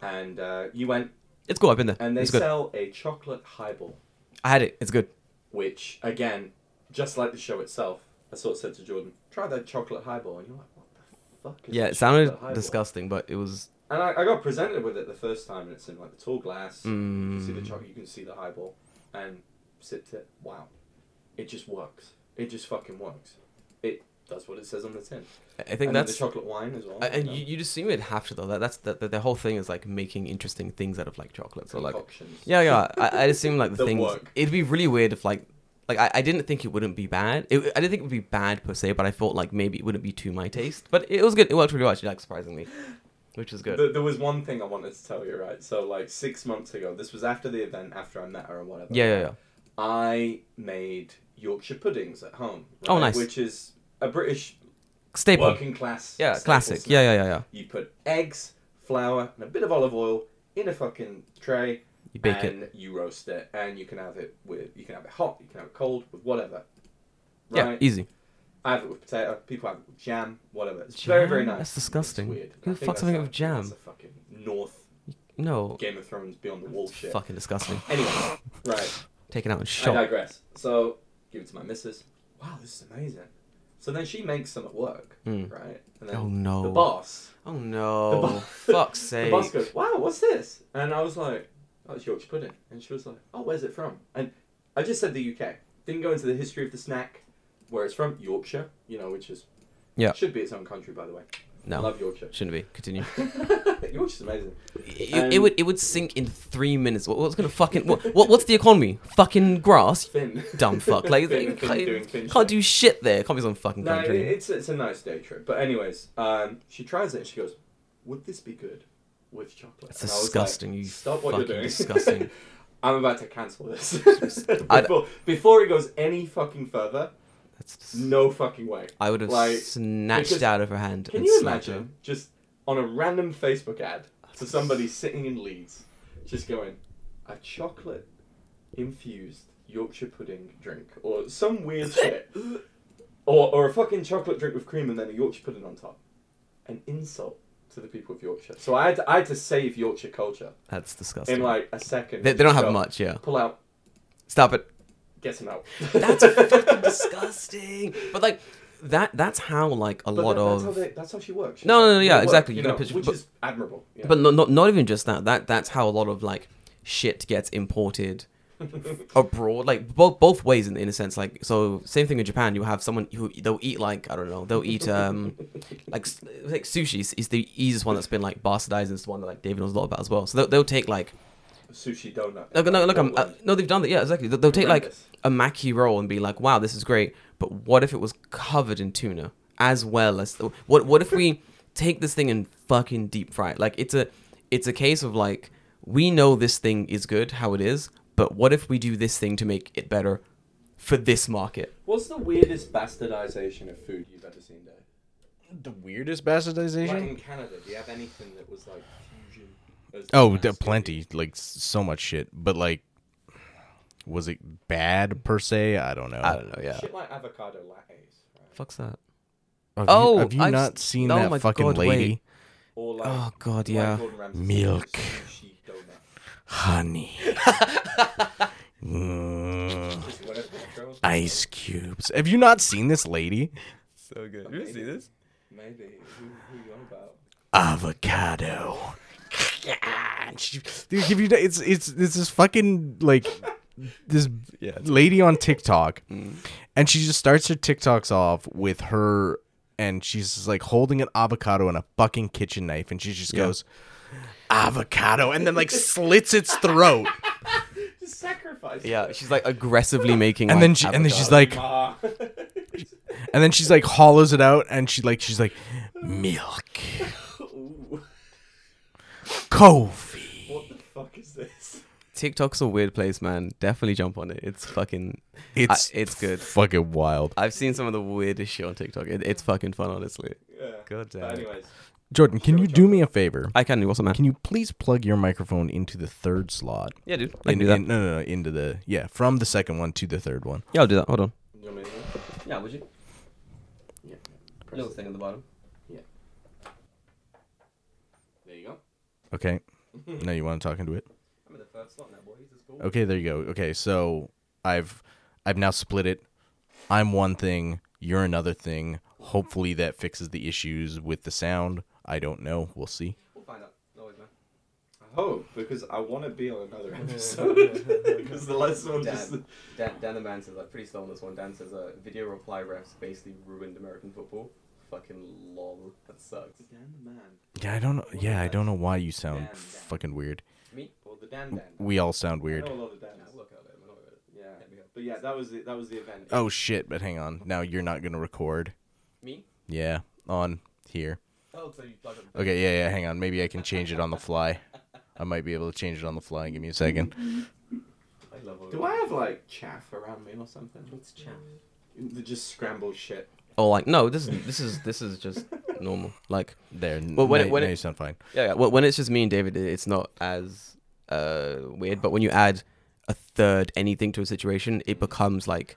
Speaker 3: And uh, you went,
Speaker 4: it's cool i've been there
Speaker 3: and they
Speaker 4: it's good
Speaker 3: sell a chocolate highball,
Speaker 4: i had it it's good
Speaker 3: which again, just like the show itself, I sort of said to Jordan, "Try that chocolate highball," and you're like, "What the fuck?" Is
Speaker 4: yeah
Speaker 3: a
Speaker 4: it sounded
Speaker 3: chocolate highball?"
Speaker 4: disgusting but it was
Speaker 3: And I, I got presented with it the first time, and it's in like the tall glass. You can see
Speaker 4: Mm.
Speaker 3: the chocolate, you can see the highball, and sipped it. Wow, it just works. It just fucking works. It does what it says on the tin.
Speaker 4: i think
Speaker 3: and then
Speaker 4: that's
Speaker 3: the chocolate wine as well.
Speaker 4: A- And
Speaker 3: know,
Speaker 4: you, you just seem would have to though. That that's the, the, the whole thing is like making interesting things out of like chocolate. So like
Speaker 3: concoctions.
Speaker 4: yeah yeah. I, I just seem like the
Speaker 3: That
Speaker 4: things.
Speaker 3: work.
Speaker 4: It'd be really weird if like like I, I didn't think it wouldn't be bad. It, I didn't think it would be bad per se, but I felt like maybe it wouldn't be to my taste. But it was good. It worked really well actually, like surprisingly, which is good.
Speaker 3: There, there was one thing I wanted to tell you, right? So like six months ago, this was after the event, after I met her and whatever.
Speaker 4: yeah yeah yeah.
Speaker 3: I made Yorkshire puddings at home.
Speaker 4: Oh,
Speaker 3: right?
Speaker 4: nice.
Speaker 3: Which is a British
Speaker 4: Staple.
Speaker 3: working class.
Speaker 4: yeah,
Speaker 3: staple
Speaker 4: classic.
Speaker 3: snack.
Speaker 4: Yeah yeah yeah yeah.
Speaker 3: You put eggs, flour, and a bit of olive oil in a fucking tray.
Speaker 4: You bake it.
Speaker 3: and you roast it, and you can have it with you can have it hot, you can have it cold, with whatever.
Speaker 4: Yeah, easy.
Speaker 3: I have it with potato. People have it with jam, whatever. It's very very
Speaker 4: Jam?
Speaker 3: nice.
Speaker 4: That's disgusting.
Speaker 3: It's weird.
Speaker 4: Who
Speaker 3: I
Speaker 4: the
Speaker 3: think
Speaker 4: fuck's
Speaker 3: that's
Speaker 4: having it
Speaker 3: like-
Speaker 4: with jam?
Speaker 3: That's a fucking North
Speaker 4: No,
Speaker 3: Game of Thrones Beyond the Wall shit.
Speaker 4: fucking disgusting.
Speaker 3: Anyway, right.
Speaker 4: Take it out and
Speaker 3: I
Speaker 4: shot.
Speaker 3: digress. So, give it to my missus. Wow, this is amazing. So then she makes some at work, right? And then
Speaker 4: Oh, no.
Speaker 3: The boss.
Speaker 4: Oh
Speaker 3: The
Speaker 4: no!
Speaker 3: bo-
Speaker 4: Fuck's
Speaker 3: The
Speaker 4: sake!
Speaker 3: boss goes, "Wow, what's this?" And I was like, "Oh, it's Yorkshire pudding." And she was like, "Oh, where's it from?" And I just said the UK. Didn't go into the history of the snack, where it's from, Yorkshire. You know, which is
Speaker 4: Yeah.
Speaker 3: should be its own country, by the way.
Speaker 4: No.
Speaker 3: love Yorkshire.
Speaker 4: Shouldn't be. Continue.
Speaker 3: Yorkshire's amazing.
Speaker 4: it, it
Speaker 3: Um,
Speaker 4: would it would sink in three minutes. What, what's gonna fucking what, what what's the economy? Fucking grass,
Speaker 3: Finn.
Speaker 4: dumb fuck. Like
Speaker 3: Finn-
Speaker 4: you
Speaker 3: Finn
Speaker 4: can't,
Speaker 3: doing Finn
Speaker 4: can't
Speaker 3: shit.
Speaker 4: do shit there. Can't be some fucking
Speaker 3: No,
Speaker 4: country.
Speaker 3: it's it's a nice day trip. But anyways, um, she tries it and she goes, "Would this be good with chocolate?"
Speaker 4: It's
Speaker 3: And I was
Speaker 4: disgusting, you
Speaker 3: Stop what you're
Speaker 4: fucking
Speaker 3: doing.
Speaker 4: disgusting.
Speaker 3: I'm about to cancel this
Speaker 4: I'd-
Speaker 3: before, before it goes any fucking further.
Speaker 4: That's just-
Speaker 3: No fucking way.
Speaker 4: I would have
Speaker 3: Like,
Speaker 4: snatched
Speaker 3: because-
Speaker 4: out of her hand.
Speaker 3: Can
Speaker 4: and
Speaker 3: you
Speaker 4: slapped her.
Speaker 3: imagine just on a random Facebook ad to somebody sitting in Leeds, just going, a chocolate infused Yorkshire pudding drink or some weird shit, or or a fucking chocolate drink with cream and then a Yorkshire pudding on top, an insult to the people of Yorkshire. So I had to, I had to save Yorkshire culture
Speaker 4: That's disgusting.
Speaker 3: in like a second.
Speaker 4: they, they don't have
Speaker 3: Go,
Speaker 4: much, yeah.
Speaker 3: Pull out,
Speaker 4: Stop it.
Speaker 3: get some out.
Speaker 4: That's fucking disgusting. But like that that's how like a
Speaker 3: But
Speaker 4: lot
Speaker 3: that- that's
Speaker 4: of
Speaker 3: how they, that's how she works. She-
Speaker 4: No, no, no,
Speaker 3: they
Speaker 4: yeah,
Speaker 3: work,
Speaker 4: exactly.
Speaker 3: You
Speaker 4: You gotta
Speaker 3: know,
Speaker 4: picture-
Speaker 3: which
Speaker 4: but-
Speaker 3: is admirable. yeah.
Speaker 4: But not, not not even just that. That that's how a lot of like shit gets imported abroad. Like both both ways in, in a sense. Like so, same thing in Japan. You have someone who they'll eat like I don't know. They'll eat um like s- like sushi is- is the easiest one that's been like bastardized. It's the one that like David knows a lot about as well. So they'll, they'll take like
Speaker 3: sushi donut.
Speaker 4: no no look I'm,
Speaker 3: Don't
Speaker 4: uh,
Speaker 3: worry.
Speaker 4: no they've done that yeah exactly. They'll, they'll take like
Speaker 3: Horrendous.
Speaker 4: a maki roll and be like wow this is great. But what if it was covered in tuna as well as what what if we take this thing and fucking deep fry it? Like it's a it's a case of like we know this thing is good how it is, but what if we do this thing to make it better for this market?
Speaker 3: What's the weirdest bastardization of food you've ever seen, Dave?
Speaker 5: The weirdest
Speaker 3: Like
Speaker 5: bastardization?
Speaker 3: in Canada, do you have anything that was like fusion? as the
Speaker 5: Oh,
Speaker 3: best
Speaker 5: d-
Speaker 3: food?
Speaker 5: plenty. Like s- so much shit. But like, was it bad per se? I don't know.
Speaker 4: I don't know. Yeah.
Speaker 3: Shit like avocado lattes, right?
Speaker 4: Fuck's that.
Speaker 5: Have
Speaker 4: Oh,
Speaker 5: you, have you
Speaker 4: I've
Speaker 5: not
Speaker 4: s-
Speaker 5: seen
Speaker 4: oh my
Speaker 5: that fucking
Speaker 4: God, wait.
Speaker 5: lady?
Speaker 3: or like
Speaker 4: Oh god,
Speaker 3: like
Speaker 4: yeah.
Speaker 3: Gordon Ramsay said,
Speaker 5: Milk.
Speaker 3: sushi donut.
Speaker 5: Honey. Mm,
Speaker 3: Just whatever it goes.
Speaker 5: ice cubes. Have you not seen this lady?
Speaker 4: So good.
Speaker 3: You ever see this? Maybe who, who you on about?
Speaker 5: Avocado. She- Dude, give you it's it's it's this fucking like this lady on TikTok,
Speaker 4: Mm.
Speaker 5: and she just starts her TikToks off with her, and she's just, like holding an avocado and a fucking kitchen knife, and she just goes, avocado, and then like slits its throat,
Speaker 3: Just sacrifice.
Speaker 4: Yeah,
Speaker 3: it.
Speaker 4: she's like aggressively making.
Speaker 5: and
Speaker 4: like,
Speaker 5: then she and then she's
Speaker 4: avocado.
Speaker 5: like,
Speaker 3: Ah.
Speaker 5: and then she's like hollows it out and she like she's like milk
Speaker 3: Ooh.
Speaker 5: kofi
Speaker 3: what the fuck is this?
Speaker 4: TikTok's a weird place, man. Definitely jump on it. It's fucking.
Speaker 5: it's
Speaker 4: I- it's good.
Speaker 5: fucking wild
Speaker 4: I've seen some of the weirdest shit on TikTok. It, it's fucking fun, honestly.
Speaker 3: Yeah.
Speaker 4: God damn
Speaker 3: But
Speaker 4: it.
Speaker 3: anyways,
Speaker 5: jordan can you do me a favor
Speaker 4: I can do what's up, man.
Speaker 5: can you please plug your microphone into the third slot
Speaker 4: yeah, dude. I can
Speaker 5: In-
Speaker 4: do that.
Speaker 5: in- no, no, no, into the yeah, from the second one to the third one.
Speaker 4: yeah, I'll do that. Hold on.
Speaker 3: you want me to do it?
Speaker 4: Yeah, would you?
Speaker 3: Yeah. Press
Speaker 4: Little
Speaker 3: it.
Speaker 4: thing at the bottom.
Speaker 3: There you go.
Speaker 5: Okay, now you want to talk into it?
Speaker 3: I'm in the first slot now, boys. It's cool.
Speaker 5: Okay, there you go. Okay, so I've I've now split it. I'm one thing, you're another thing. Hopefully that fixes the issues with the sound. I don't know. We'll see.
Speaker 3: We'll find out. No worries, man. I hope Oh, because I want to be on another episode because the last one just
Speaker 4: Dan, Dan, Dan the man says, like, pretty slow on this one. Dan says, uh, video reply refs basically ruined American football. Fucking lol. That sucks.
Speaker 3: Dan the man
Speaker 5: Yeah, I don't know. Yeah, I don't know why you sound
Speaker 3: Yeah, yeah.
Speaker 5: fucking weird.
Speaker 4: Me?
Speaker 3: or the Dan Dan.
Speaker 5: We all sound
Speaker 3: I
Speaker 5: weird.
Speaker 3: know a lot of Dans.
Speaker 4: I'll look at it. I'm not really-
Speaker 3: Yeah, but yeah, that was the, that was the event.
Speaker 5: Oh shit, but hang on. Now you're not going to record.
Speaker 4: Me?
Speaker 5: Yeah, on here.
Speaker 4: Oh, so you plug it.
Speaker 5: Okay, yeah, yeah, hang on. Maybe I can change it on the fly. I might be able to change it on the fly. Give me a second.
Speaker 4: I love all
Speaker 3: Do I have like chaff around me or something? Mm,
Speaker 4: What's chaff?
Speaker 3: The just scrambled shit.
Speaker 4: Oh, like no, this is this is this is just normal. Like
Speaker 5: There. n-
Speaker 4: Well, when it-
Speaker 5: now-
Speaker 4: when
Speaker 5: now
Speaker 4: it-
Speaker 5: you sound fine.
Speaker 4: Yeah, yeah. Well, when it's just me and David, it's not as uh, weird. But when you add a third anything to a situation, it becomes like.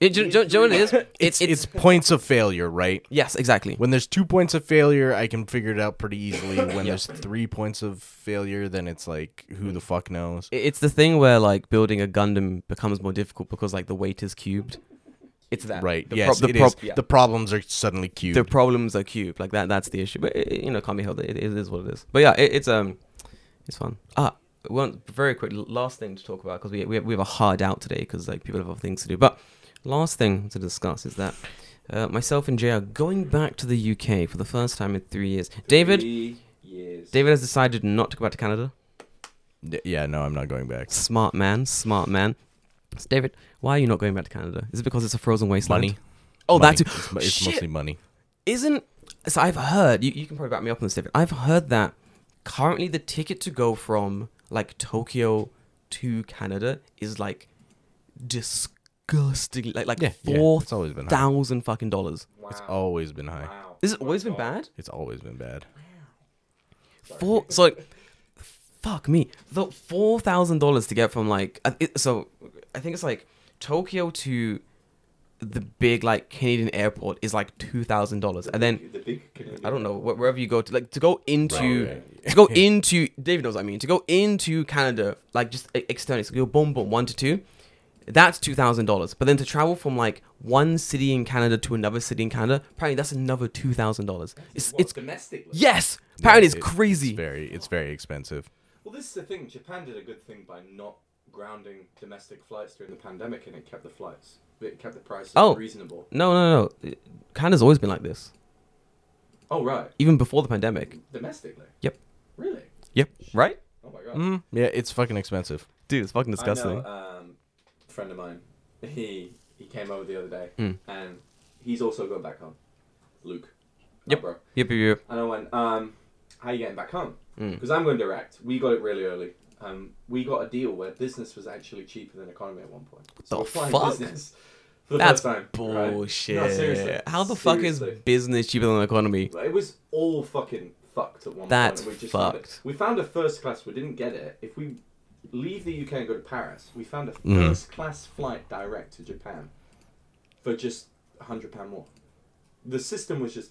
Speaker 4: It, do, do, do you know what it is?
Speaker 5: It's, it's points of failure, right?
Speaker 4: yes, exactly.
Speaker 5: When there's two points of failure, I can figure it out pretty easily. When there's three points of failure, then it's like, who the fuck knows?
Speaker 4: It- It's the thing where like building a Gundam becomes more difficult because like the weight is cubed. It's that
Speaker 5: Right.
Speaker 4: The
Speaker 5: yes,
Speaker 4: prob-
Speaker 5: it
Speaker 4: the, prob-
Speaker 5: is.
Speaker 4: yeah.
Speaker 5: The problems are suddenly cubed.
Speaker 4: the problems are cubed. Like that. That's the issue. But it, it, you know, can't be helped. It, it is what it is. But yeah, it, it's um, it's fun. Ah, one very quick l- last thing to talk about because we, we we have a hard out today because like people have other things to do. But last thing to discuss is that uh, myself and Jay are going back to the UK for the first time in three years. David.
Speaker 3: Three years.
Speaker 4: David has decided not to go back to Canada.
Speaker 5: D- yeah, no, I'm not going back.
Speaker 4: Smart man, smart man. So David, why are you not going back to Canada? Is it because it's a frozen wasteland?
Speaker 5: Money.
Speaker 4: Oh,
Speaker 5: Money.
Speaker 4: that's that too.
Speaker 5: It's, mo- it's
Speaker 4: Shit.
Speaker 5: mostly money.
Speaker 4: Isn't so? I've heard you, you can probably back me up on this, David. I've heard that currently the ticket to go from like Tokyo to Canada is like disgusting. disgustingly like like
Speaker 5: Yeah, yeah,
Speaker 4: four
Speaker 5: it's always been high.
Speaker 4: thousand fucking dollars.
Speaker 3: Wow.
Speaker 5: It's always been high.
Speaker 3: wow.
Speaker 4: This has
Speaker 3: My
Speaker 4: always been
Speaker 3: God.
Speaker 4: bad.
Speaker 5: It's always been bad.
Speaker 4: Four. So like, fuck me. The four thousand dollars to get from like I- it, so, I think it's like Tokyo to the big like Canadian airport is like two thousand dollars, and then
Speaker 3: The big Canadian-
Speaker 4: I don't know wh- wherever you go to like to go into
Speaker 5: Right,
Speaker 4: to go into David knows what I mean to go into Canada like just e- externally so go boom boom one to two that's two thousand dollars but then to travel from like one city in Canada to another city in Canada apparently that's another two thousand dollars it's
Speaker 3: What,
Speaker 4: it's
Speaker 3: domestically.
Speaker 4: yes apparently it's
Speaker 5: it-
Speaker 4: crazy
Speaker 5: It's very, it's very expensive.
Speaker 3: Well, this is the thing. Japan did a good thing by not grounding domestic flights during the pandemic, and it kept the flights. It kept the prices
Speaker 4: Oh.
Speaker 3: reasonable.
Speaker 4: no no no It- Canada's always been like this
Speaker 3: Oh right,
Speaker 4: even before the pandemic
Speaker 3: domestically.
Speaker 4: Yep.
Speaker 3: Really?
Speaker 4: yep right
Speaker 3: Oh my god.
Speaker 5: Mm, yeah, it's fucking expensive.
Speaker 4: dude it's fucking disgusting
Speaker 3: I know, um, a friend of mine, he he came over the other day,
Speaker 4: Hmm.
Speaker 3: and he's also going back home. Luke. my
Speaker 4: Yep.
Speaker 3: Bro.
Speaker 4: yep yep yep
Speaker 3: And I went, um, how you getting back home?
Speaker 4: Mm.
Speaker 3: Because I'm going direct. We got it really early. Um, we got a deal where business was actually cheaper than economy at one point. So
Speaker 4: the
Speaker 3: we're flying
Speaker 4: fuck?
Speaker 3: Business for the
Speaker 4: that's
Speaker 3: first time, right?
Speaker 4: bullshit
Speaker 3: No, seriously.
Speaker 4: how the fuck
Speaker 3: Seriously.
Speaker 4: is business cheaper than the economy
Speaker 3: It was all fucking fucked at one
Speaker 4: That's
Speaker 3: point. and We just
Speaker 4: fucked.
Speaker 3: Found it. We found a first class. We didn't get it. If we leave the UK and go to Paris, we found a
Speaker 4: Mm.
Speaker 5: Mhm.
Speaker 3: first class flight direct to Japan for just hundred pound more. The system was just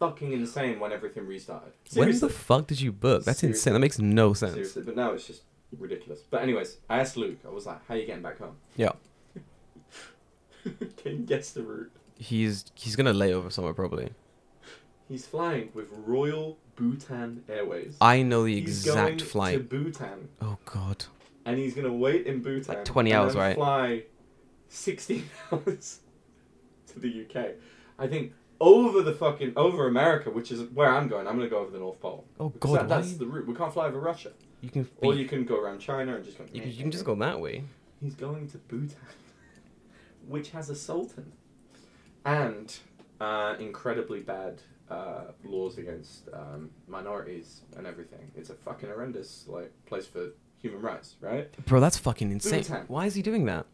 Speaker 3: fucking insane when everything restarted.
Speaker 4: When the
Speaker 3: Seriously,
Speaker 4: fuck did you book? That's
Speaker 3: Seriously.
Speaker 4: insane. That makes no sense.
Speaker 3: seriously. But now it's just ridiculous. But anyways, I asked Luke. I was like, "How you getting back home?"
Speaker 4: Yeah.
Speaker 3: Can you guess the route?
Speaker 4: He's he's gonna lay over somewhere probably.
Speaker 3: He's flying with Royal Bhutan Airways.
Speaker 4: I know the
Speaker 3: He's going
Speaker 4: exact
Speaker 3: to
Speaker 4: flight.
Speaker 3: Bhutan.
Speaker 4: Oh god.
Speaker 3: and he's gonna wait in Bhutan
Speaker 4: Like 20
Speaker 3: and
Speaker 4: hours,
Speaker 3: then
Speaker 4: right?
Speaker 3: Fly sixteen hours to the UK. I think over the fucking over America, which is where I'm going. I'm gonna go over the North Pole.
Speaker 4: Oh,
Speaker 3: Because
Speaker 4: God,
Speaker 3: that,
Speaker 4: why
Speaker 3: that's
Speaker 4: you-
Speaker 3: the route. We can't fly over Russia,
Speaker 4: You can be,
Speaker 3: or
Speaker 4: you,
Speaker 3: you can go around China and just go.
Speaker 4: can, you can just go that way.
Speaker 3: He's going to Bhutan, which has a sultan, and uh, incredibly bad uh, laws against um, minorities and everything. It's a fucking horrendous like place for human rights, right?
Speaker 4: Bro, that's fucking insane.
Speaker 3: Bhutan.
Speaker 4: Why is he doing that?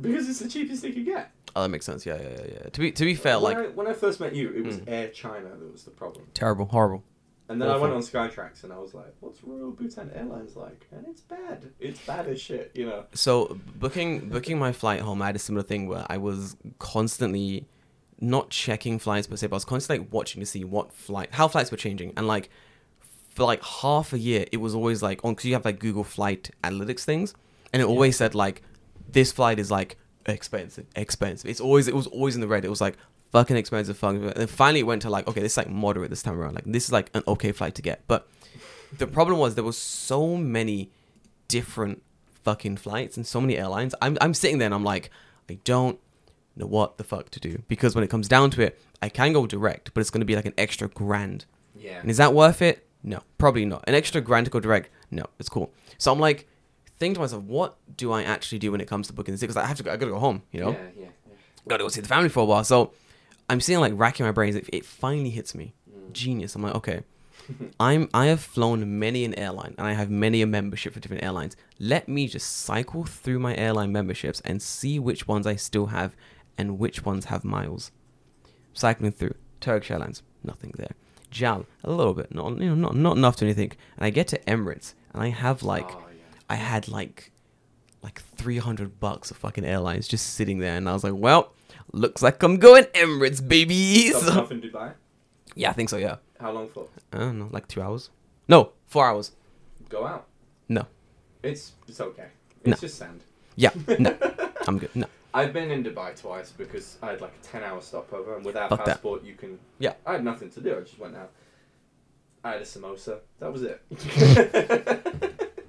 Speaker 3: Because it's the cheapest they could get.
Speaker 4: Oh, that makes sense. Yeah, yeah, yeah. yeah. To be to be fair,
Speaker 3: when,
Speaker 4: like
Speaker 3: I, when I first met you, it was Air China that was the problem.
Speaker 4: terrible, horrible.
Speaker 3: And then I
Speaker 4: Awful.
Speaker 3: went on Skytrax and I was like, what's Royal Bhutan Airlines like? And it's bad. It's bad as shit, you know.
Speaker 4: So booking booking my flight home, I had a similar thing where I was constantly not checking flights per se, but I was constantly like watching to see what flight how flights were changing. And like for like half a year, it was always like on because you have like Google Flight Analytics things, and it always said like this flight is like expensive, expensive. It's always it was always in the red. It was like fucking expensive, fucking. And then finally it went to like okay, this is like moderate this time around. Like this is like an okay flight to get. But the problem was there was so many different fucking flights and so many airlines. I'm I'm sitting there and I'm like I don't know what the fuck to do because when it comes down to it, I can go direct, but it's going to be like an extra grand
Speaker 3: Yeah.
Speaker 4: and is that worth it? No, probably not. An extra grand to go direct? No, it's cool. So I'm like, thinking to myself, what do I actually do when it comes to booking this? Because I have to, go, I gotta go home, you know,
Speaker 3: Yeah, yeah, yeah.
Speaker 4: gotta go see the family for a while. So I'm sitting like racking my brains. It, it finally hits me, genius. I'm like, okay, I'm I have flown many an airline and I have many a membership for different airlines. Let me just cycle through my airline memberships and see which ones I still have and which ones have miles cycling through Turkish Airlines, nothing there. JAL, a little bit, not you know, not not enough to anything. And I get to Emirates, and I have like,
Speaker 3: Oh, yeah.
Speaker 4: I had like, like three hundred bucks of fucking airlines just sitting there, and I was like, well, looks like I'm going Emirates, baby.
Speaker 3: Stopped
Speaker 4: So-
Speaker 3: off in Dubai.
Speaker 4: yeah, I think so. Yeah,
Speaker 3: How long for?
Speaker 4: I don't know, like two hours. No, four hours.
Speaker 3: Go out.
Speaker 4: No,
Speaker 3: It's it's okay. It's
Speaker 4: No.
Speaker 3: just sand.
Speaker 4: yeah, no, I'm good. No,
Speaker 3: I've been in Dubai twice because I had like a 10 hour stopover, and without
Speaker 4: Fuck that.
Speaker 3: passport, you can.
Speaker 4: Yeah.
Speaker 3: I had nothing to do. I just went out. I had a samosa. That was it.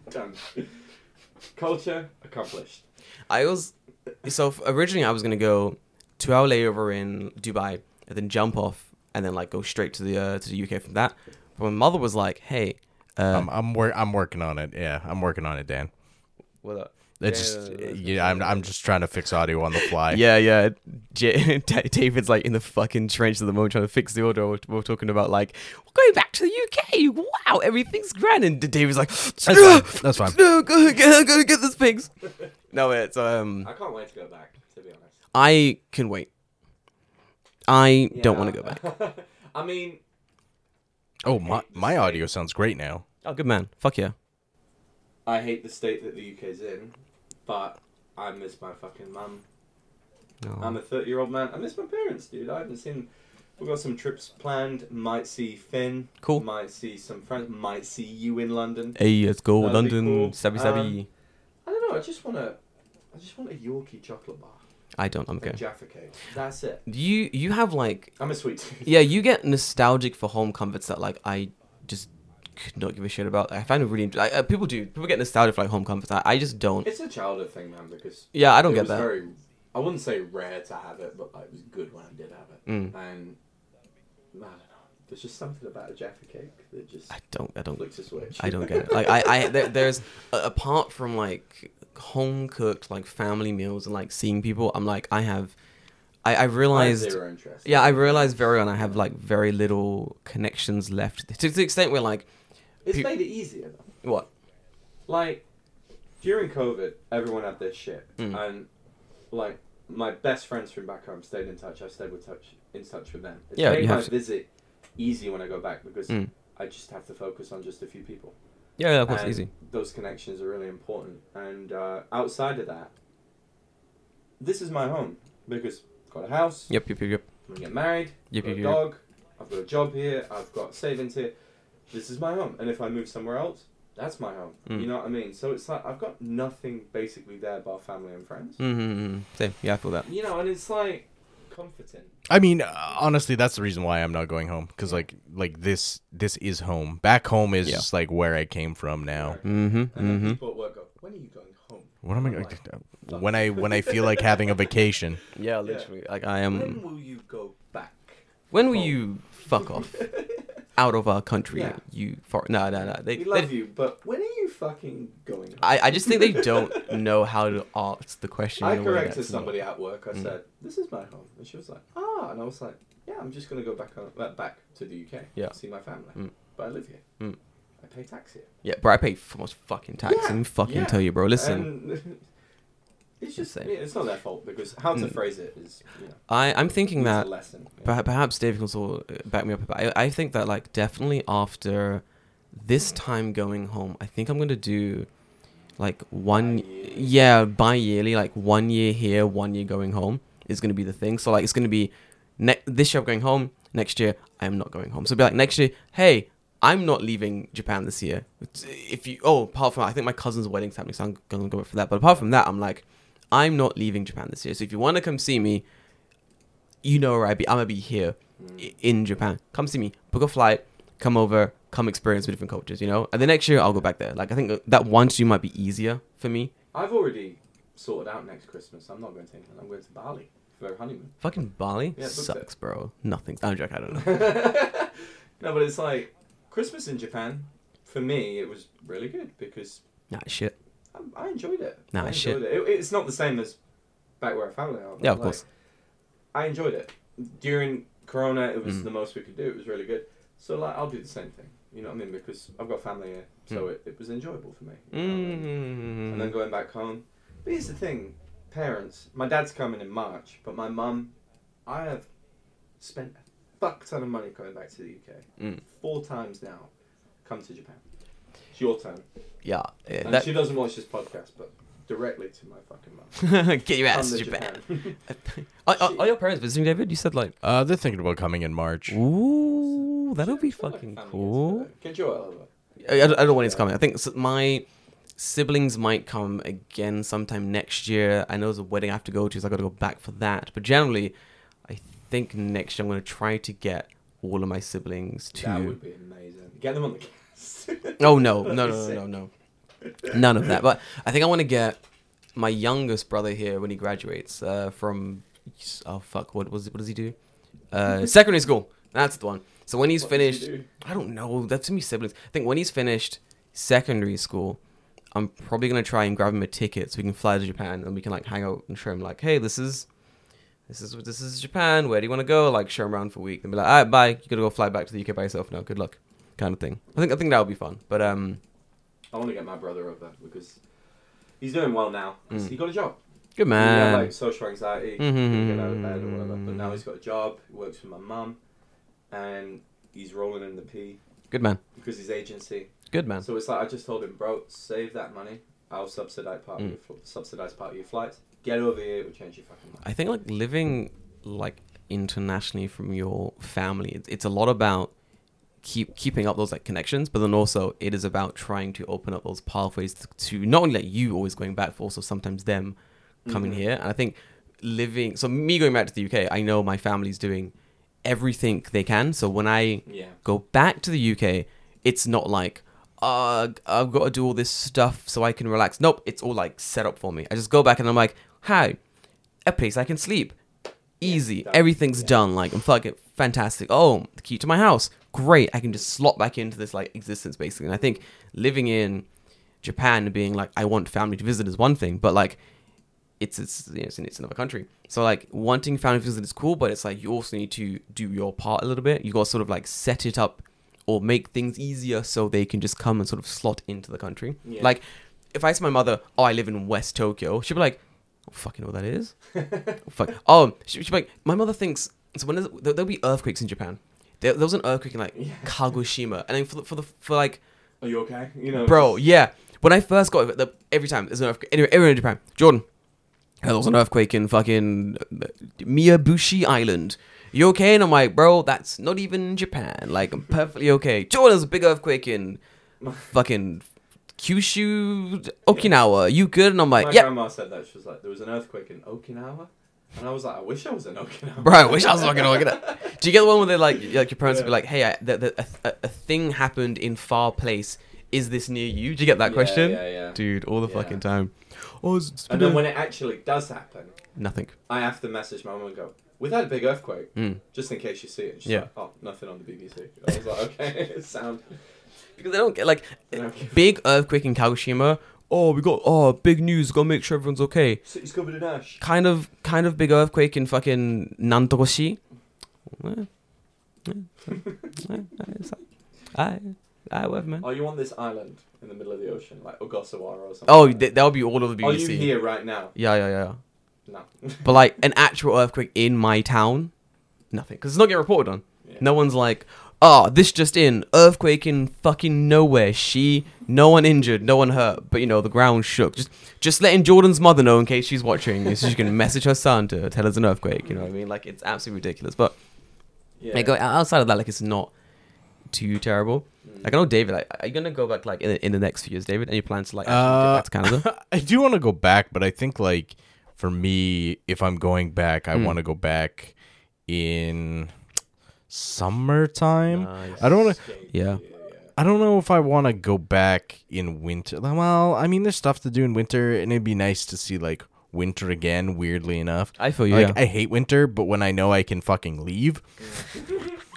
Speaker 3: Done. Culture accomplished.
Speaker 4: I was so f- originally I was gonna go two hour layover in Dubai and then jump off and then like go straight to the uh, to the UK from that. But my mother was like, "Hey, uh,
Speaker 5: I'm, I'm, wor- I'm working on it. Yeah, I'm working on it, Dan.
Speaker 4: what up?"
Speaker 5: It's just, yeah, I'm, I'm just trying to fix audio on the fly.
Speaker 4: Yeah, yeah. J- Da- David's like in the fucking trench at the moment trying to fix the order. We're, we're talking about like we're going back to the UK. Wow, everything's grand. And D- David's like,
Speaker 5: fine, that's fine.
Speaker 4: No, go, go, go get this pigs. No, it's um.
Speaker 3: I can't wait to go back.
Speaker 4: I can wait. I don't want to go back.
Speaker 3: I mean,
Speaker 5: Oh, my my audio sounds great now.
Speaker 4: Oh, good man. Fuck yeah.
Speaker 3: I hate the state that the UK's in, but I miss my fucking mum.
Speaker 4: Aw.
Speaker 3: I'm a 30 year old man. I miss my parents, dude. I haven't seen. We've got some trips planned. Might see Finn.
Speaker 4: Cool.
Speaker 3: Might see some friends. Might see you in London.
Speaker 4: Hey, let's go
Speaker 3: That'd be
Speaker 4: London.
Speaker 3: cool.
Speaker 4: Savvy
Speaker 3: Um,
Speaker 4: savvy.
Speaker 3: I don't know. I just want to. I just want a Yorkie chocolate bar.
Speaker 4: I don't. I'm
Speaker 3: and
Speaker 4: good.
Speaker 3: Jaffa cake. That's it.
Speaker 4: You you have like
Speaker 3: I'm a sweet tooth.
Speaker 4: yeah you get nostalgic for home comforts that like I just could not give a shit about. I find it really like, uh, people do people get nostalgic for like home comforts. I, I just don't.
Speaker 3: It's a childhood thing, man, because
Speaker 4: Yeah, I don't
Speaker 3: it
Speaker 4: get
Speaker 3: was
Speaker 4: that.
Speaker 3: Very, I wouldn't say rare to have it, but like, it was good when I did have it.
Speaker 4: Mm.
Speaker 3: And I don't know. There's just something about a Jaffa cake that just
Speaker 4: I don't. I don't.
Speaker 3: flicks a switch.
Speaker 4: I don't get it. Like I, I there, there's a- apart from like home cooked like family meals and like seeing people. I'm like I have, I I
Speaker 3: I have
Speaker 4: realized.
Speaker 3: zero interest.
Speaker 4: Yeah, I realized very on I have like very little connections left to the extent where like
Speaker 3: It's
Speaker 4: Pe-
Speaker 3: made it easier though.
Speaker 4: what
Speaker 3: Like during COVID, everyone had their shit,
Speaker 4: Mm.
Speaker 3: and like my best friends from back home stayed in touch. I stayed with touch in touch with them. It's
Speaker 4: Yeah,
Speaker 3: made
Speaker 4: you
Speaker 3: my
Speaker 4: have to.
Speaker 3: visit easy when I go back because
Speaker 4: Mm.
Speaker 3: I just have to focus on just a few people.
Speaker 4: yeah, yeah of course
Speaker 3: And
Speaker 4: easy
Speaker 3: Those connections are really important. And uh, outside of that, this is my home because I've got a house,
Speaker 4: yep yep yep yep
Speaker 3: I'm gonna get married,
Speaker 4: Yep,
Speaker 3: I've got
Speaker 4: yep,
Speaker 3: a
Speaker 4: yep.
Speaker 3: dog, I've got a job here, I've got savings here. This is my home. And if I move somewhere else, that's my home.
Speaker 4: Mm.
Speaker 3: You know what I mean? So it's like I've got nothing basically there but family and friends.
Speaker 4: mm-hmm. same yeah I feel that
Speaker 3: You know, and it's like comforting.
Speaker 5: I mean, uh, honestly, that's the reason why I'm not going home because like like this this is home. Back home is
Speaker 4: Yeah.
Speaker 5: just like where I came from now.
Speaker 4: mm-hmm
Speaker 3: And then
Speaker 4: mm-hmm
Speaker 3: people at work go, When are you going home?
Speaker 5: What am I
Speaker 3: I'm
Speaker 5: going
Speaker 3: like,
Speaker 5: to when I when I feel like having a vacation?
Speaker 4: yeah literally like I am
Speaker 3: When will you go back?
Speaker 4: when will you fuck off out of our country
Speaker 3: Yeah.
Speaker 4: you for no no no they,
Speaker 3: We
Speaker 4: they
Speaker 3: love you, but when are you fucking going home?
Speaker 4: I, I just think they don't know how to ask the question.
Speaker 3: I
Speaker 4: in a way
Speaker 3: corrected
Speaker 4: that's not-
Speaker 3: somebody at work.
Speaker 4: Mm.
Speaker 3: I said, "This is my home," and she was like, "Ah," and I was like, "Yeah, I'm just gonna go back on, uh, back to the UK.
Speaker 4: Yeah.
Speaker 3: see my family,
Speaker 4: Mm.
Speaker 3: but I live here.
Speaker 4: Mm.
Speaker 3: I pay tax here.
Speaker 4: Yeah, bro, I pay for most fucking tax.
Speaker 3: Yeah,
Speaker 4: Let me fucking
Speaker 3: yeah.
Speaker 4: tell you, bro. Listen,
Speaker 3: And it's just
Speaker 4: Insane.
Speaker 3: yeah, it's not their fault because how to
Speaker 4: Mm.
Speaker 3: phrase it is you know
Speaker 4: I I'm thinking
Speaker 3: it's
Speaker 4: that
Speaker 3: a lesson. yeah.
Speaker 4: perha- perhaps Dave can also uh, back me up. But I I think that like definitely after this time going home, I think I'm gonna do like one
Speaker 3: Bi-yearly.
Speaker 4: yeah bi-yearly like one year here, one year going home is gonna be the thing. So like it's gonna be ne- this year I'm going home. Next year I am not going home. So it'd be like next year, hey. I'm not leaving Japan this year. It's- If you, oh, apart from I think my cousin's wedding's happening, so I'm gonna go for that. But apart from that, I'm like, I'm not leaving Japan this year. So if you want to come see me, you know where I be. I'm gonna be here i- in Japan. Come see me. Book a flight. Come over. Come experience with different cultures. You know. And the next year I'll go back there. Like I think that one two might be easier for me.
Speaker 3: I've already sorted out next Christmas. I'm not going to England. I'm going to Bali for a honeymoon.
Speaker 4: Fucking Bali
Speaker 3: Yeah, book
Speaker 4: sucks, bro. Nothing. I'm joking. I don't know.
Speaker 3: No, but it's like Christmas in Japan. For me, it was really good because
Speaker 4: nah, shit.
Speaker 3: I, I enjoyed it.
Speaker 4: Nah,
Speaker 3: I enjoyed
Speaker 4: shit.
Speaker 3: It. It- It's not the same as back where I found it. out, but,
Speaker 4: Yeah, of
Speaker 3: like,
Speaker 4: course.
Speaker 3: I enjoyed it. During Corona, it was
Speaker 4: Mm.
Speaker 3: the most we could do. It was really good. So like, I'll do the same thing. You know what I mean? Because I've got family here, so it, it was enjoyable for me. you know what I mean? And then
Speaker 4: Hmm. Mm.
Speaker 3: going back home. But here's the thing, parents. My dad's coming in March, but my mum, I have spent a fuck ton of money coming back to the UK.
Speaker 4: Mm.
Speaker 3: Four times now. Come to Japan. It's your turn.
Speaker 4: Yeah. yeah,
Speaker 3: And
Speaker 4: that-
Speaker 3: she doesn't watch this podcast, but directly to my fucking mum.
Speaker 4: Get your ass to
Speaker 3: Come to
Speaker 4: Japan.
Speaker 3: Japan.
Speaker 4: are, are, are your parents visiting, David? You said like,
Speaker 5: Uh, they're thinking about coming in March.
Speaker 4: ooh, that'll be
Speaker 3: Feel like
Speaker 4: fucking
Speaker 3: family uh, gets
Speaker 4: cool.
Speaker 3: together. Get Joel over.
Speaker 4: I, I don't, I don't know when it's coming. I think s- my siblings might come again sometime next year. I know there's a wedding I have to go to, so I got to go back for that. But generally, I think next year I'm going to try to get all of my siblings to.
Speaker 3: That would be amazing. Get them on the cast.
Speaker 4: Oh no, no, no,
Speaker 3: That'd be
Speaker 4: no,
Speaker 3: sick.
Speaker 4: no, no, none of that. But I think I want to get my youngest brother here when he graduates uh, from. Oh fuck! What was it? What does he do? Uh, secondary school. That's the one. So when he's
Speaker 3: What does
Speaker 4: finished,
Speaker 3: he do?
Speaker 4: I don't know. That's too many siblings. I think when he's finished secondary school, I'm probably gonna try and grab him a ticket so we can fly to Japan and we can like hang out and show him like, hey, this is, this is this is Japan. Where do you want to go? Like show him around for a week and be like, all right, bye. You gotta go fly back to the UK by yourself now. Good luck, kind of thing. I think I think that would be fun. But um,
Speaker 3: I want to get my brother over because he's doing well now. 'cause
Speaker 4: Mm.
Speaker 3: He got a job.
Speaker 4: Good
Speaker 3: yeah,
Speaker 4: man. Mm-hmm.
Speaker 3: like social
Speaker 4: Mhm.
Speaker 3: anxiety, couldn't get out of bed or whatever. But now he's got a job, he works for my mum, and he's rolling in the P
Speaker 4: Good man.
Speaker 3: because he's agency.
Speaker 4: Good man.
Speaker 3: So it's like I just told him, bro, save that money. I'll subsidize part
Speaker 4: Mm.
Speaker 3: of your fl- subsidize part of your flights. Get over here, it will change your fucking life.
Speaker 4: I think like living like internationally from your family, it's, it's a lot about keep keeping up those like connections, but then also it is about trying to open up those pathways to, to not only like you always going back, but also sometimes them coming here. And I think living so me going back to the UK, I know my family's doing everything they can. So when I
Speaker 3: Yeah.
Speaker 4: go back to the UK, it's not like, uh, I've got to do all this stuff so I can relax. Nope, it's all like set up for me. I just go back and I'm like, hi, a place I can sleep. Easy.
Speaker 3: done.
Speaker 4: Everything's
Speaker 3: Yeah.
Speaker 4: done. Like, I'm fucking fantastic. Oh, the key to my house. Great. I can just slot back into this like existence basically. And I think living in Japan and being like, I want family to visit is one thing, but like, it's it's you know, it's, in, it's another country. So like wanting family visit is cool, but it's like you also need to do your part a little bit. You got to sort of like set it up or make things easier so they can just come and sort of slot into the country.
Speaker 3: Yeah.
Speaker 4: Like if I say to my mother, "Oh, I live in West Tokyo," she'd be like, oh, "Fucking know what that is." Fuck. Oh, she, she'd be like, "My mother thinks so." When is, there, there'll be earthquakes in Japan. There, there was an earthquake in like
Speaker 3: Yeah.
Speaker 4: Kagoshima, and then for the, for the for like
Speaker 3: Are you okay? You know,
Speaker 4: Bro, yeah. When I first got the, every time there's an earthquake. Anyway, everyone in Japan. Jordan, oh, there was an earthquake in fucking uh, Miyabushi Island. You okay? And I'm like, bro, that's not even Japan. Like, I'm perfectly okay. Jordan, there's a big earthquake in fucking Kyushu, Okinawa. You good? And I'm
Speaker 3: My
Speaker 4: like, yeah,
Speaker 3: grandma said that she was like, there was an earthquake in Okinawa, and I was like, I wish I was in Okinawa.
Speaker 4: Bro, I wish I was fucking looking at. Do you get the one where they like, like your parents would be like, "Hey, I, the, the, a, a thing happened in far place. Is this near you?" Do you get that
Speaker 3: Yeah,
Speaker 4: question,
Speaker 3: yeah, yeah.
Speaker 4: dude? All the
Speaker 3: Yeah.
Speaker 4: fucking time. Oh, it's, it's
Speaker 3: And
Speaker 4: been
Speaker 3: then
Speaker 4: a-
Speaker 3: when it actually does happen,
Speaker 4: nothing.
Speaker 3: I have to message my mum and go, "We've had a big earthquake,
Speaker 4: Mm.
Speaker 3: just in case you see it." And she's
Speaker 4: Yeah.
Speaker 3: like, "Oh, nothing on the BBC." I was like, "Okay, sound."
Speaker 4: because they don't get like
Speaker 3: Okay.
Speaker 4: big earthquake in Kagoshima. Oh, we got oh big news. Gotta make sure everyone's okay.
Speaker 3: City's covered in ash.
Speaker 4: Kind of kind of big earthquake in fucking Nantogoshi. Eh, eh, eh, it's like, I I whatever man.
Speaker 3: Are you on this island in the middle of the ocean, like Ogasawara or something?
Speaker 4: Oh,
Speaker 3: like
Speaker 4: th- that'll be all of the
Speaker 3: that? are Oh, you
Speaker 4: BBC.
Speaker 3: here right now?
Speaker 4: Yeah, yeah, yeah.
Speaker 3: No.
Speaker 4: But like an actual earthquake in my town, nothing because it's not getting reported on.
Speaker 3: Yeah.
Speaker 4: No one's like, oh, this just in, earthquake in fucking nowhere. She, no one injured, no one hurt, but you know the ground shook. Just, just letting Jordan's mother know in case she's watching, so she can message her son to tell us an earthquake. You know what I mean? Like it's absolutely ridiculous. But
Speaker 3: Yeah.
Speaker 4: like o- outside of that, like it's not too terrible.
Speaker 3: Mm.
Speaker 4: Like I know David, like, are you gonna go back like in, in the next few years, David? Any plans to like actually get
Speaker 5: Uh,
Speaker 4: back to Canada?
Speaker 5: I do want to go back, but I think like for me, if I'm going back,
Speaker 4: Hmm.
Speaker 5: I want to go back in summertime.
Speaker 4: Nice.
Speaker 5: I don't want to.
Speaker 4: yeah.
Speaker 5: I don't know if I want to go back in winter. Well, I mean, there's stuff to do in winter, and it'd be nice to see like winter again. Weirdly enough,
Speaker 4: I feel you,
Speaker 5: Like
Speaker 4: yeah.
Speaker 5: I hate winter, but when I know I can fucking leave,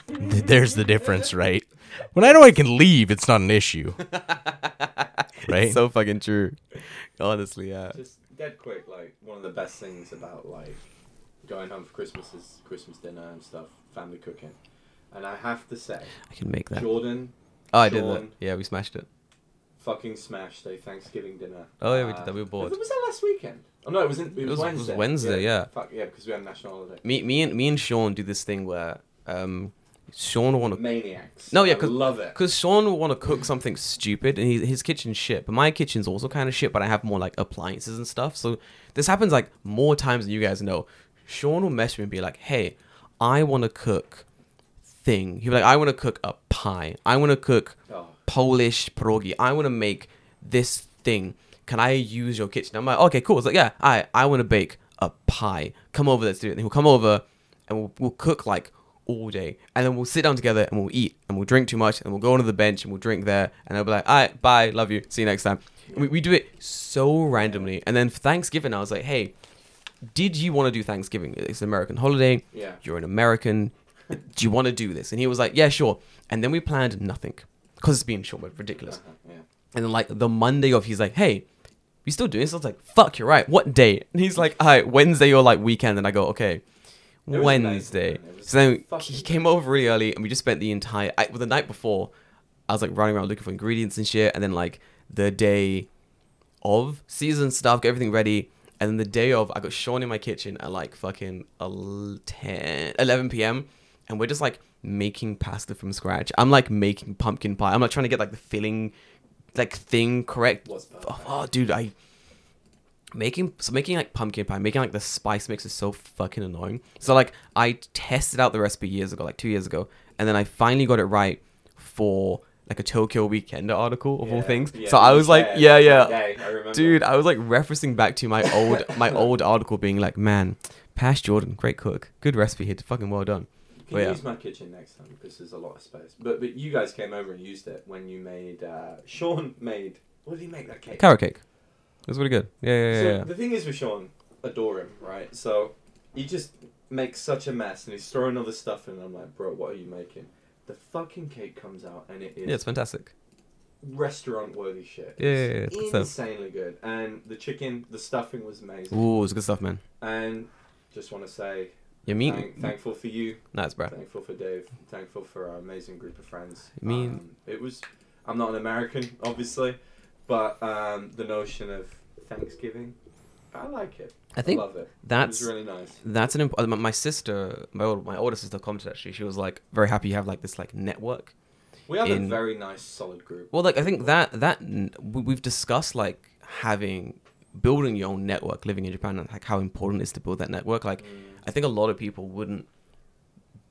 Speaker 5: th- there's the difference, right? When I know I can leave, it's not an issue, right?
Speaker 4: So fucking true. Honestly, yeah.
Speaker 3: Just dead quick, like one of the best things about like going home for Christmas is Christmas dinner and stuff, family cooking, and I have to say,
Speaker 4: I can make that.
Speaker 3: Jordan
Speaker 4: Oh, I did that.
Speaker 3: Sean.
Speaker 4: Yeah, we smashed it.
Speaker 3: fucking smashed a Thanksgiving dinner. Uh,
Speaker 4: Oh, yeah, we did that, we were bored.
Speaker 3: Was that last weekend? Oh no, it was, in, it was,
Speaker 4: was- it was
Speaker 3: Wednesday.
Speaker 4: Wednesday, yeah.
Speaker 3: Fuck yeah, because we had a national holiday.
Speaker 4: Me, me, and me and Sean do this thing where um, Sean want to
Speaker 3: Maniacs.
Speaker 4: No, yeah,
Speaker 3: I
Speaker 4: 'cause-
Speaker 3: love it.
Speaker 4: because Sean will want to cook something stupid, and he, his kitchen's shit. But my kitchen's also kind of shit, but I have more like appliances and stuff. So this happens like more times than you guys know. Sean will message me and be like, "Hey, I want to cook thing." He'll be like, "I want to cook a pie. I want to cook
Speaker 3: Oh.
Speaker 4: Polish pierogi. I want to make this thing. Can I use your kitchen?" I'm like, "Okay, cool." It's like, "Yeah, I I want to bake a pie. Come over, let's do it." And he'll come over, and we'll, we'll cook like all day, and then we'll sit down together and we'll eat and we'll drink too much and we'll go onto the bench and we'll drink there, and I'll be like, "All right, bye, love you, see you next time." And we, we do it so randomly, and then for Thanksgiving, I was like, "Hey." Did you want to do Thanksgiving? It's an American holiday
Speaker 3: Yeah.
Speaker 4: you're an American. Do you want to do this? And he was like, yeah, sure. And then we planned nothing because it's been short, but ridiculous.
Speaker 3: Uh-huh, Yeah.
Speaker 4: And then like the Monday of, he's like, hey, we still doing this? I was like, fuck, you're right. What day? And he's like, all right, Wednesday or like weekend. And I go, okay,
Speaker 3: was amazing,
Speaker 4: Wednesday.
Speaker 3: man. It was
Speaker 4: So then
Speaker 3: fucking
Speaker 4: he came over really early and we just spent the entire, I, well, the night before, I was like running around looking for ingredients and shit. And then like the day of season stuff, get everything ready. And then the day of, I got Sean in my kitchen at like fucking el- 10, 11 p.m. And we're just like making pasta from scratch. I'm like making pumpkin pie. I'm like trying to get like the filling, like thing correct.
Speaker 3: What's that?
Speaker 4: oh, oh, dude, I making so making like pumpkin pie, making like the spice mix is so fucking annoying. So like I tested out the recipe years ago, like two years ago, and then I finally got it right for like a Tokyo Weekender article of all
Speaker 3: Yeah,
Speaker 4: things.
Speaker 3: yeah,
Speaker 4: so I
Speaker 3: you
Speaker 4: was like,
Speaker 3: said
Speaker 4: yeah, yeah,
Speaker 3: that day, I remember.
Speaker 4: dude, I was like referencing back to my old my old article, being like, man, Pash Jordan, great cook, good recipe here, fucking well done.
Speaker 3: Can
Speaker 4: yeah.
Speaker 3: you use my kitchen next time because there's a lot of space. But but you guys came over and used it when you made uh, Sean made what did he make that cake?
Speaker 4: Carrot cake, it was really good. Yeah, yeah, yeah.
Speaker 3: so
Speaker 4: yeah.
Speaker 3: the thing is with Sean, adore him, right? So he just makes such a mess and he's throwing all this stuff in and I'm like, bro, what are you making? The fucking cake comes out and it is
Speaker 4: yeah, it's fantastic.
Speaker 3: restaurant worthy shit.
Speaker 4: Yeah, yeah, yeah,
Speaker 3: It's
Speaker 4: good stuff.
Speaker 3: insanely good. And the chicken, the stuffing was amazing.
Speaker 4: Ooh, it's good stuff, man.
Speaker 3: And just want to say,
Speaker 4: You
Speaker 3: thank,
Speaker 4: mean?
Speaker 3: thankful for you,
Speaker 4: Nice, bro.
Speaker 3: thankful for Dave, thankful for our amazing group of friends.
Speaker 4: I mean-
Speaker 3: Um, it was. I'm not an American, obviously, but um, the notion of Thanksgiving, I like it.
Speaker 4: I think
Speaker 3: love it.
Speaker 4: that's-
Speaker 3: it was really nice.
Speaker 4: That's an imp- uh, my- my sister, my old, my older sister commented actually. She was like very happy you have like this like network.
Speaker 3: We have
Speaker 4: in-
Speaker 3: a very nice, solid group.
Speaker 4: Well, like I think that that n- we- we've discussed like having building your own network, living in Japan, and like how important it is to build that network. Like
Speaker 3: Mm.
Speaker 4: I think a lot of people wouldn't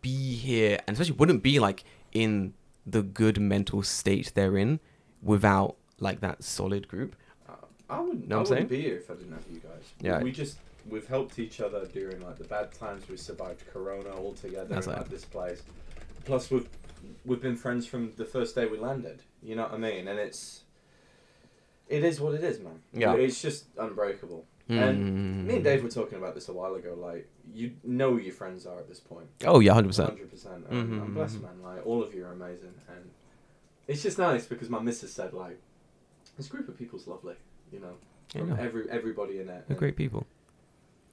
Speaker 4: be here, and especially wouldn't be like in the good mental state they're in without like that solid group.
Speaker 3: I wouldn't.
Speaker 4: Know
Speaker 3: I
Speaker 4: what I'm
Speaker 3: wouldn't be here if I didn't have you guys.
Speaker 4: Yeah.
Speaker 3: We, we just we've helped each other during like the bad times. We survived Corona all together
Speaker 4: That's
Speaker 3: in
Speaker 4: right.
Speaker 3: like, this place. Plus we've we've been friends from the first day we landed. You know what I mean? And it's it is what it is, man.
Speaker 4: Yeah. Mm-hmm.
Speaker 3: It's just unbreakable. And
Speaker 4: Hmm.
Speaker 3: me and Dave were talking about this a while ago. Like you know who your friends are at this point.
Speaker 4: Oh yeah, hundred percent. Mm-hmm,
Speaker 3: Hundred percent. I'm blessed, man. Like all of you are amazing, and it's just nice because my missus said like, this group of people's lovely, you know,
Speaker 4: Yeah,
Speaker 3: from
Speaker 4: no.
Speaker 3: every everybody in it.
Speaker 4: They're great people.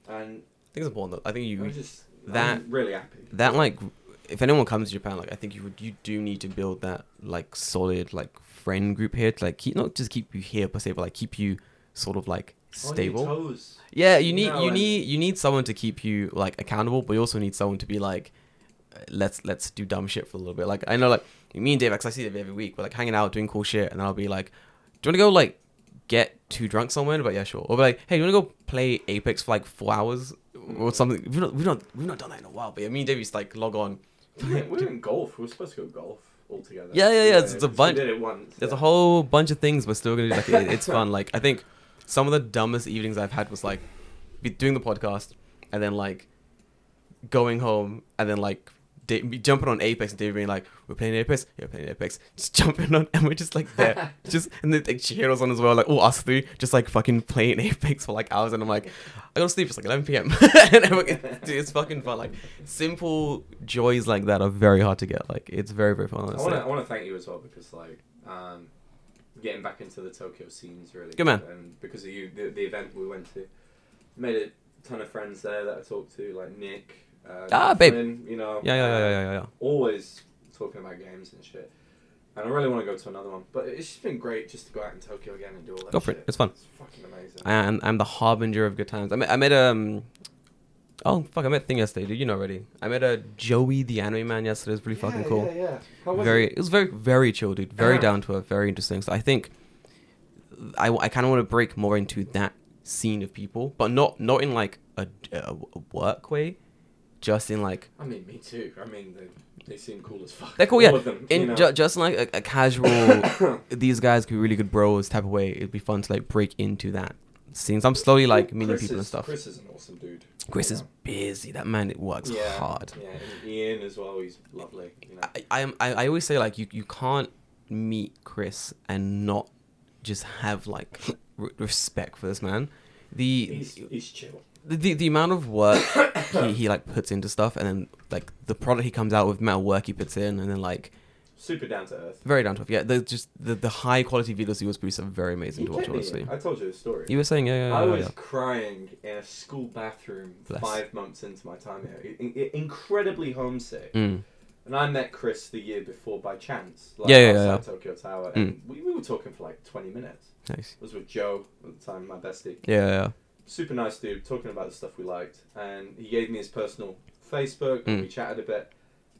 Speaker 3: And
Speaker 4: I think it's important. Though. I think you
Speaker 3: I'm just
Speaker 4: that-
Speaker 3: I'm really happy.
Speaker 4: that like if anyone comes to Japan, like I think you would, you do need to build that like solid like friend group here to like keep not just keep you here per se, but like keep you sort of like
Speaker 3: On your
Speaker 4: stable.
Speaker 3: toes.
Speaker 4: Yeah, you need
Speaker 3: No,
Speaker 4: you
Speaker 3: and-
Speaker 4: need you need someone to keep you like accountable, but you also need someone to be like, uh, let's let's do dumb shit for a little bit. Like I know like me and Dave, like 'cause I see Dave every week, we're like hanging out doing cool shit, and then I'll be like, do you want to go like get too drunk somewhere? And they'll be like yeah, sure. Or be like, hey, you want to go play Apex for like four hours or something? We've not we've not we've not done that in a while, but yeah, me and Dave used to like log on.
Speaker 3: we were in golf. We were supposed to go golf all together.
Speaker 4: Yeah, yeah, yeah, it's- it's a
Speaker 3: we
Speaker 4: bunch-
Speaker 3: Did it once.
Speaker 4: There's a
Speaker 3: yeah.
Speaker 4: whole bunch of things we're still gonna do. Like it, it's fun. Like I think some of the dumbest evenings I've had was like be doing the podcast and then like going home and then like da- be jumping on Apex and David being like, "We're playing Apex, yeah, we're playing Apex." Just jumping on and we're just like there, just and then like Chihiro's on as well. Like all us three just like fucking playing Apex for like hours and I'm like, I gotta sleep. It's like 11 p.m. and I'm like, Dude, it's fucking fun. Like simple joys like that are very hard to get. Like it's very very fun.
Speaker 3: I
Speaker 4: Honestly.
Speaker 3: want to I want to thank you as well because like um, getting back into the Tokyo scenes really
Speaker 4: Good man.
Speaker 3: and because of you the, the event we went to made a ton of friends there that I talked to like Nick uh,
Speaker 4: Ah, babe.
Speaker 3: Flynn, you know
Speaker 4: Yeah, yeah, yeah, yeah,
Speaker 3: uh,
Speaker 4: yeah, yeah, yeah.
Speaker 3: always talking about games and shit and I really want to go to another one but it's just been great just to go out in Tokyo again and do all that
Speaker 4: Go for it.
Speaker 3: shit.
Speaker 4: It's fun.
Speaker 3: it's fucking amazing
Speaker 4: I'm, I'm the harbinger of good times. I met, I met um, oh fuck, I met Thing yesterday, dude. You know already. I met a Joey the anime man yesterday. It was pretty
Speaker 3: Yeah,
Speaker 4: fucking cool.
Speaker 3: yeah, yeah. How was
Speaker 4: very,
Speaker 3: it?
Speaker 4: it? was very, very chill, dude. Very down to earth. Very interesting. So I think I, I kind of want to break more into that scene of people, but not not in like a, a work way, just in like
Speaker 3: I mean me too I mean they, they seem cool as fuck
Speaker 4: they're cool,
Speaker 3: all
Speaker 4: yeah.
Speaker 3: of them,
Speaker 4: in
Speaker 3: you know.
Speaker 4: ju- just like a, a casual, these guys could be really good bros type of way. It'd be fun to like break into that scene. So I'm slowly like meeting
Speaker 3: Chris
Speaker 4: people
Speaker 3: is-
Speaker 4: and stuff.
Speaker 3: Chris is an awesome dude
Speaker 4: Chris
Speaker 3: you
Speaker 4: is
Speaker 3: know.
Speaker 4: busy. That man, it works hard.
Speaker 3: Yeah, and Ian as well. He's lovely. You know.
Speaker 4: I, I, am- I, I always say like you, you can't meet Chris and not just have like re- respect for this man. The
Speaker 3: he's he's chill.
Speaker 4: the, the, the amount of work he, he like puts into stuff and then like the product he comes out with, the amount of work he puts in, and then like
Speaker 3: Super down to earth.
Speaker 4: very down to earth. Yeah, the just the, the high quality videos he was produced are very amazing to watch. Honestly,
Speaker 3: I told you the story.
Speaker 4: you were saying yeah, yeah, yeah,
Speaker 3: I
Speaker 4: yeah,
Speaker 3: was
Speaker 4: yeah.
Speaker 3: crying in a school bathroom
Speaker 4: Bless.
Speaker 3: five months into my time here. I- I- incredibly homesick.
Speaker 4: Mm.
Speaker 3: And I met Chris the year before by chance. Like,
Speaker 4: Yeah, yeah,
Speaker 3: outside
Speaker 4: yeah. Mm.
Speaker 3: Tokyo Tower. And we, we were talking for like 20 minutes.
Speaker 4: Nice.
Speaker 3: It was with Joe at the time, my bestie.
Speaker 4: Yeah, yeah, yeah.
Speaker 3: super nice dude, talking about the stuff we liked, and he gave me his personal Facebook, and
Speaker 4: Mm.
Speaker 3: we chatted a bit,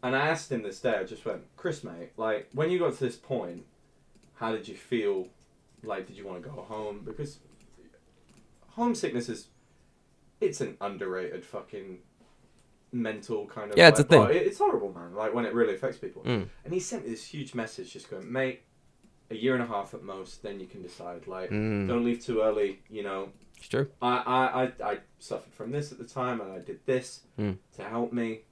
Speaker 3: and I asked him this day, I just went, Chris, mate, like, when you got to this point, how did you feel? Like, did you want to go home? Because homesickness is, it's an underrated fucking mental kind of
Speaker 4: Yeah, it's
Speaker 3: like,
Speaker 4: a thing. Mm.
Speaker 3: oh, it- it's horrible man like when it really affects people and he sent me this huge message just going mate a year and a half at most then you can decide like
Speaker 4: Mm.
Speaker 3: don't leave too early you know
Speaker 4: It's true.
Speaker 3: I, I, I, I suffered from this at the time and I did this
Speaker 4: Mm.
Speaker 3: to help me.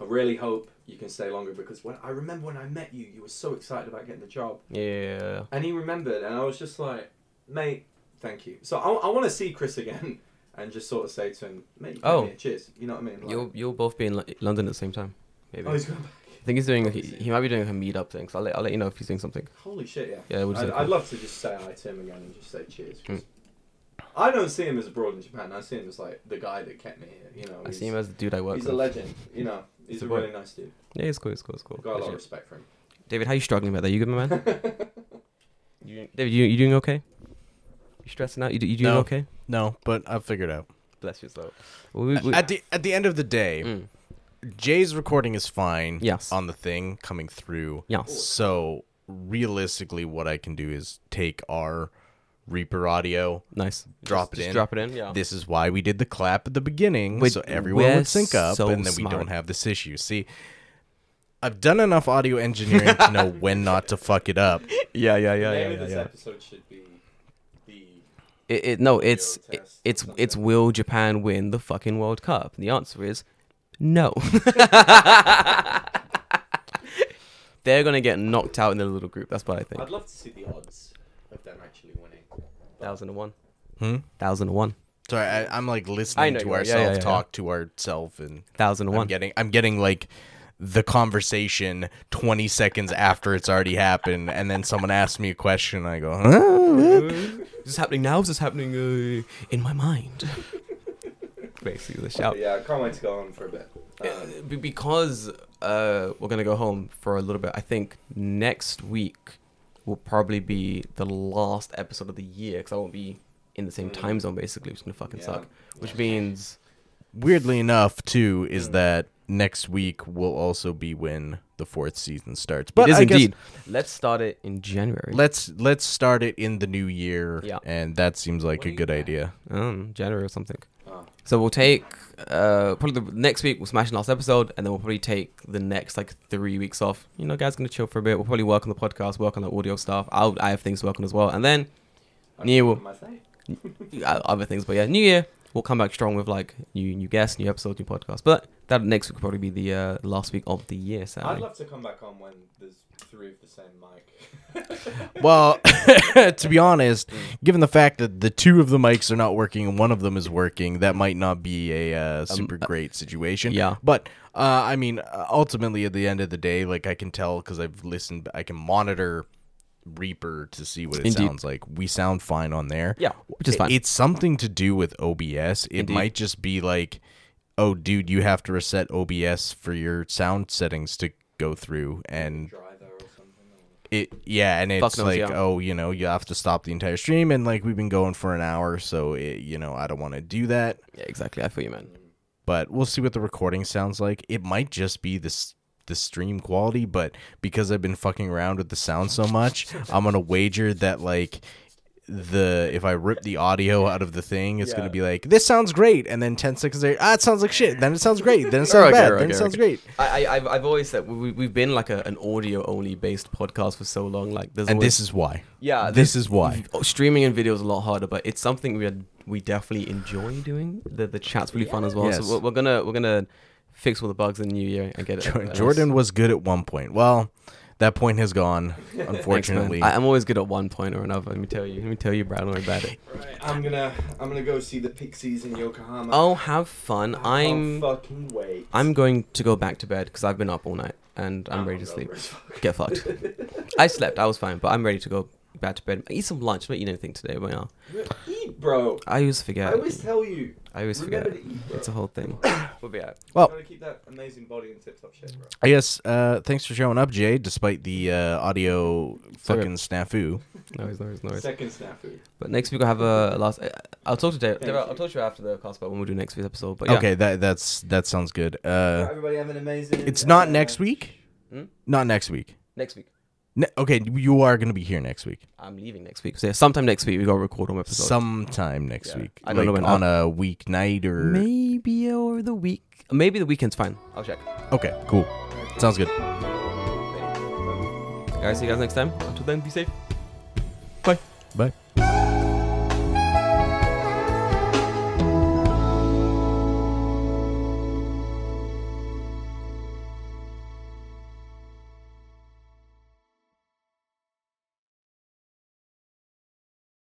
Speaker 3: I really hope you can stay longer because when I remember when I met you, you were so excited about getting the job.
Speaker 4: Yeah.
Speaker 3: And he remembered, and I was just like, mate, thank you. So I, I want to see Chris again and just sort of say to him, mate, you
Speaker 4: Oh.
Speaker 3: oh. cheers. You know what I mean? Like,
Speaker 4: You'll you'll both be in Lo- London at the same time. Maybe.
Speaker 3: oh, he's going back.
Speaker 4: I think he's doing. He, he might be doing a meetup thing. So I'll let I'll let you know if he's doing something.
Speaker 3: Holy shit, yeah.
Speaker 4: Yeah, we'll just
Speaker 3: I'd,
Speaker 4: say
Speaker 3: I'd
Speaker 4: cool. Hmm.
Speaker 3: love to just say hi to him again and just say cheers. 'cause I don't see him as abroad in Japan. I see him as like the guy that kept me here. You know,
Speaker 4: I
Speaker 3: Oh, he's-
Speaker 4: see him as the dude I work
Speaker 3: He's
Speaker 4: with.
Speaker 3: a legend, you know. He's
Speaker 4: It's
Speaker 3: a
Speaker 4: a boy.
Speaker 3: really nice dude.
Speaker 4: Yeah, it's cool. It's cool. It's cool.
Speaker 3: Got a lot of
Speaker 4: Legit.
Speaker 3: respect for him.
Speaker 4: David, how you struggling about that? You good, my man? you, David, you you doing okay? You stressing out? You do- you doing
Speaker 5: No.
Speaker 4: okay?
Speaker 5: No, but I'll figure it out.
Speaker 4: Bless your soul. We, we,
Speaker 5: at the at the end of the day,
Speaker 4: Mm.
Speaker 5: Jay's recording is fine.
Speaker 4: Yes.
Speaker 5: On the thing coming through.
Speaker 4: Yes.
Speaker 5: So realistically, what I can do is take our Reaper audio.
Speaker 4: nice.
Speaker 5: Drop
Speaker 4: Just-
Speaker 5: it
Speaker 4: just
Speaker 5: in.
Speaker 4: Drop it in. Yeah.
Speaker 5: This is why we did the clap at the beginning,
Speaker 4: Wait,
Speaker 5: so everyone
Speaker 4: we're
Speaker 5: would sync up,
Speaker 4: so
Speaker 5: and then
Speaker 4: smart.
Speaker 5: we don't have this issue. See, I've done enough audio engineering to know when not to fuck it up.
Speaker 4: yeah, yeah,
Speaker 3: The
Speaker 4: yeah,
Speaker 3: name of this episode should be the.
Speaker 4: It, it no, it's
Speaker 3: Video
Speaker 4: it-
Speaker 3: test
Speaker 4: it's
Speaker 3: or
Speaker 4: it's will Japan win the fucking World Cup? And the answer is no. They're gonna get knocked out in the little group. That's what I think.
Speaker 3: I'd love to see the odds of them actually winning.
Speaker 4: Oh. Thousand to one.
Speaker 5: Hmm?
Speaker 4: Thousand to one.
Speaker 5: Sorry, I, I'm like
Speaker 4: I
Speaker 5: listening
Speaker 4: know
Speaker 5: to
Speaker 4: you are. Yeah,
Speaker 5: ourselves
Speaker 4: yeah, yeah.
Speaker 5: talk to ourselves, and
Speaker 4: Thousand to
Speaker 5: I'm
Speaker 4: one.
Speaker 5: getting I'm getting like the conversation 20 seconds after it's already happened, and then someone asks me a question, and I go, huh?
Speaker 4: Is this happening now? Is this happening uh, in my mind? Basically, the shout.
Speaker 3: But yeah, I can't wait to go on for a bit. Um,
Speaker 4: Uh, Be- because uh, we're gonna go home for a little bit. I think next week will probably be the last episode of the year because I won't be in the same time zone. Basically, which is gonna fucking
Speaker 3: Yeah.
Speaker 4: suck. Which means
Speaker 5: Weirdly enough, too, is that next week will also be when the fourth season starts. But
Speaker 4: it is
Speaker 5: I guess
Speaker 4: indeed. Let's start it in January.
Speaker 5: let's let's start it in the new year,
Speaker 4: Yeah.
Speaker 5: and that seems like a
Speaker 3: When are you
Speaker 5: good
Speaker 3: back?
Speaker 5: idea.
Speaker 4: um, January or something.
Speaker 3: oh,
Speaker 4: So we'll take uh, probably the next week we'll smash the last episode, and then we'll probably take the next like three weeks off. You know, guys, gonna chill for a bit. We'll probably work on the podcast, work on the audio stuff. I'll I have things to work on as well, and then
Speaker 3: I
Speaker 4: Neil
Speaker 3: don't
Speaker 4: will-
Speaker 3: know what am I saying?
Speaker 4: uh, other things. But yeah, new year we'll come back strong with like new new guests, new episodes, new podcast. But that next week will probably be the uh, last week of the year.
Speaker 3: I'd
Speaker 4: Sadly,
Speaker 3: love to come back on when there's three of the same mic.
Speaker 5: Well, to be honest, given the fact that the two of the mics are not working and one of them is working, that might not be a uh, super great situation.
Speaker 4: Um, yeah.
Speaker 5: But uh, I mean, uh, ultimately, at the end of the day, like I can tell because I've listened, I can monitor Reaper to see what it
Speaker 4: Indeed.
Speaker 5: sounds like. We sound fine on there.
Speaker 4: Yeah, which is
Speaker 5: I-
Speaker 4: fine.
Speaker 5: It's something to do with OBS. It
Speaker 4: Indeed.
Speaker 5: might just be like, oh, dude, you have to reset OBS for your sound settings to go through and
Speaker 3: Driver or something. or-
Speaker 5: it yeah and it's
Speaker 4: Fuck knows,
Speaker 5: like
Speaker 4: yeah.
Speaker 5: oh you know you have to stop the entire stream and like we've been going for an hour so it, you know i don't want to do that
Speaker 4: yeah, exactly. I feel you, man.
Speaker 5: but we'll see what the recording sounds like it might just be this the stream quality but because i've been fucking around with the sound so much i'm gonna wager that like the if i rip the audio out of the thing it's gonna
Speaker 3: Yeah.
Speaker 5: be like this sounds great and then 10 seconds later ah it sounds like shit then it sounds great then it sounds
Speaker 4: Okay,
Speaker 5: bad
Speaker 4: okay,
Speaker 5: then it sounds great
Speaker 4: I, I I've, I've always said we- we, we've been like a, an audio only based podcast for so long. Like there's
Speaker 5: and
Speaker 4: always,
Speaker 5: this is why
Speaker 4: yeah
Speaker 5: this is why
Speaker 4: Oh, streaming and video is a lot harder, but it's something we had, we definitely enjoy doing. The the chat's really fun as well.
Speaker 5: Yes.
Speaker 4: So we're, we're gonna we're gonna fix all the bugs in the new year and get it. uh,
Speaker 5: Jor- Jordan was good at one point. Well, that point has gone, unfortunately.
Speaker 4: I, I'm always good at one point or another. Let me tell you. Let me tell you, Brad, I'm about it.
Speaker 3: Right, I'm gonna, I'm gonna go see the Pixies in Yokohama.
Speaker 4: Oh, have fun.
Speaker 3: I
Speaker 4: I'm
Speaker 3: can't fucking wait. Oh,
Speaker 4: I'm going to go back to bed because I've been up all night and I'm ready to
Speaker 3: hungover
Speaker 4: sleep.
Speaker 3: as fuck.
Speaker 4: Get fucked. I slept. I was fine, but I'm ready to go back to bed. Eat some lunch. I didn't eat anything today, but yeah.
Speaker 3: Eat, bro.
Speaker 4: I always forget.
Speaker 3: I always tell you.
Speaker 4: I I always forget.
Speaker 3: Remember to eat, bro.
Speaker 4: It's a whole thing. we'll be out.
Speaker 5: Well-
Speaker 3: Gotta keep that amazing body in tip-top shape, bro.
Speaker 5: I guess. Uh, thanks for showing up, Jay, despite the uh, audio
Speaker 4: Sorry.
Speaker 5: fucking snafu.
Speaker 4: No worries, no worries, no worries.
Speaker 3: Second snafu.
Speaker 4: But next week I'll have a last. I- I'll talk to Dave.
Speaker 3: Thank
Speaker 4: Dave, I'll
Speaker 3: you.
Speaker 4: talk to you after the cast about when we'll do next week's episode. But yeah.
Speaker 5: Okay, that that's that sounds good. Uh,
Speaker 3: Everybody have an amazing.
Speaker 5: it's not next week.
Speaker 4: Hmm?
Speaker 5: Not next week.
Speaker 4: next week.
Speaker 5: Ne- okay, you are gonna be here next week.
Speaker 4: I'm leaving next week. So yeah, sometime next week we gotta record on episode.
Speaker 5: Sometime next
Speaker 4: Yeah.
Speaker 5: week.
Speaker 4: I don't know
Speaker 5: Like,
Speaker 4: when
Speaker 5: on a weeknight or
Speaker 4: maybe over the week. Maybe the weekend's fine. I'll check.
Speaker 5: Okay, cool. Sounds good.
Speaker 4: Guys, see you guys next time. Until then, be safe.
Speaker 5: Bye.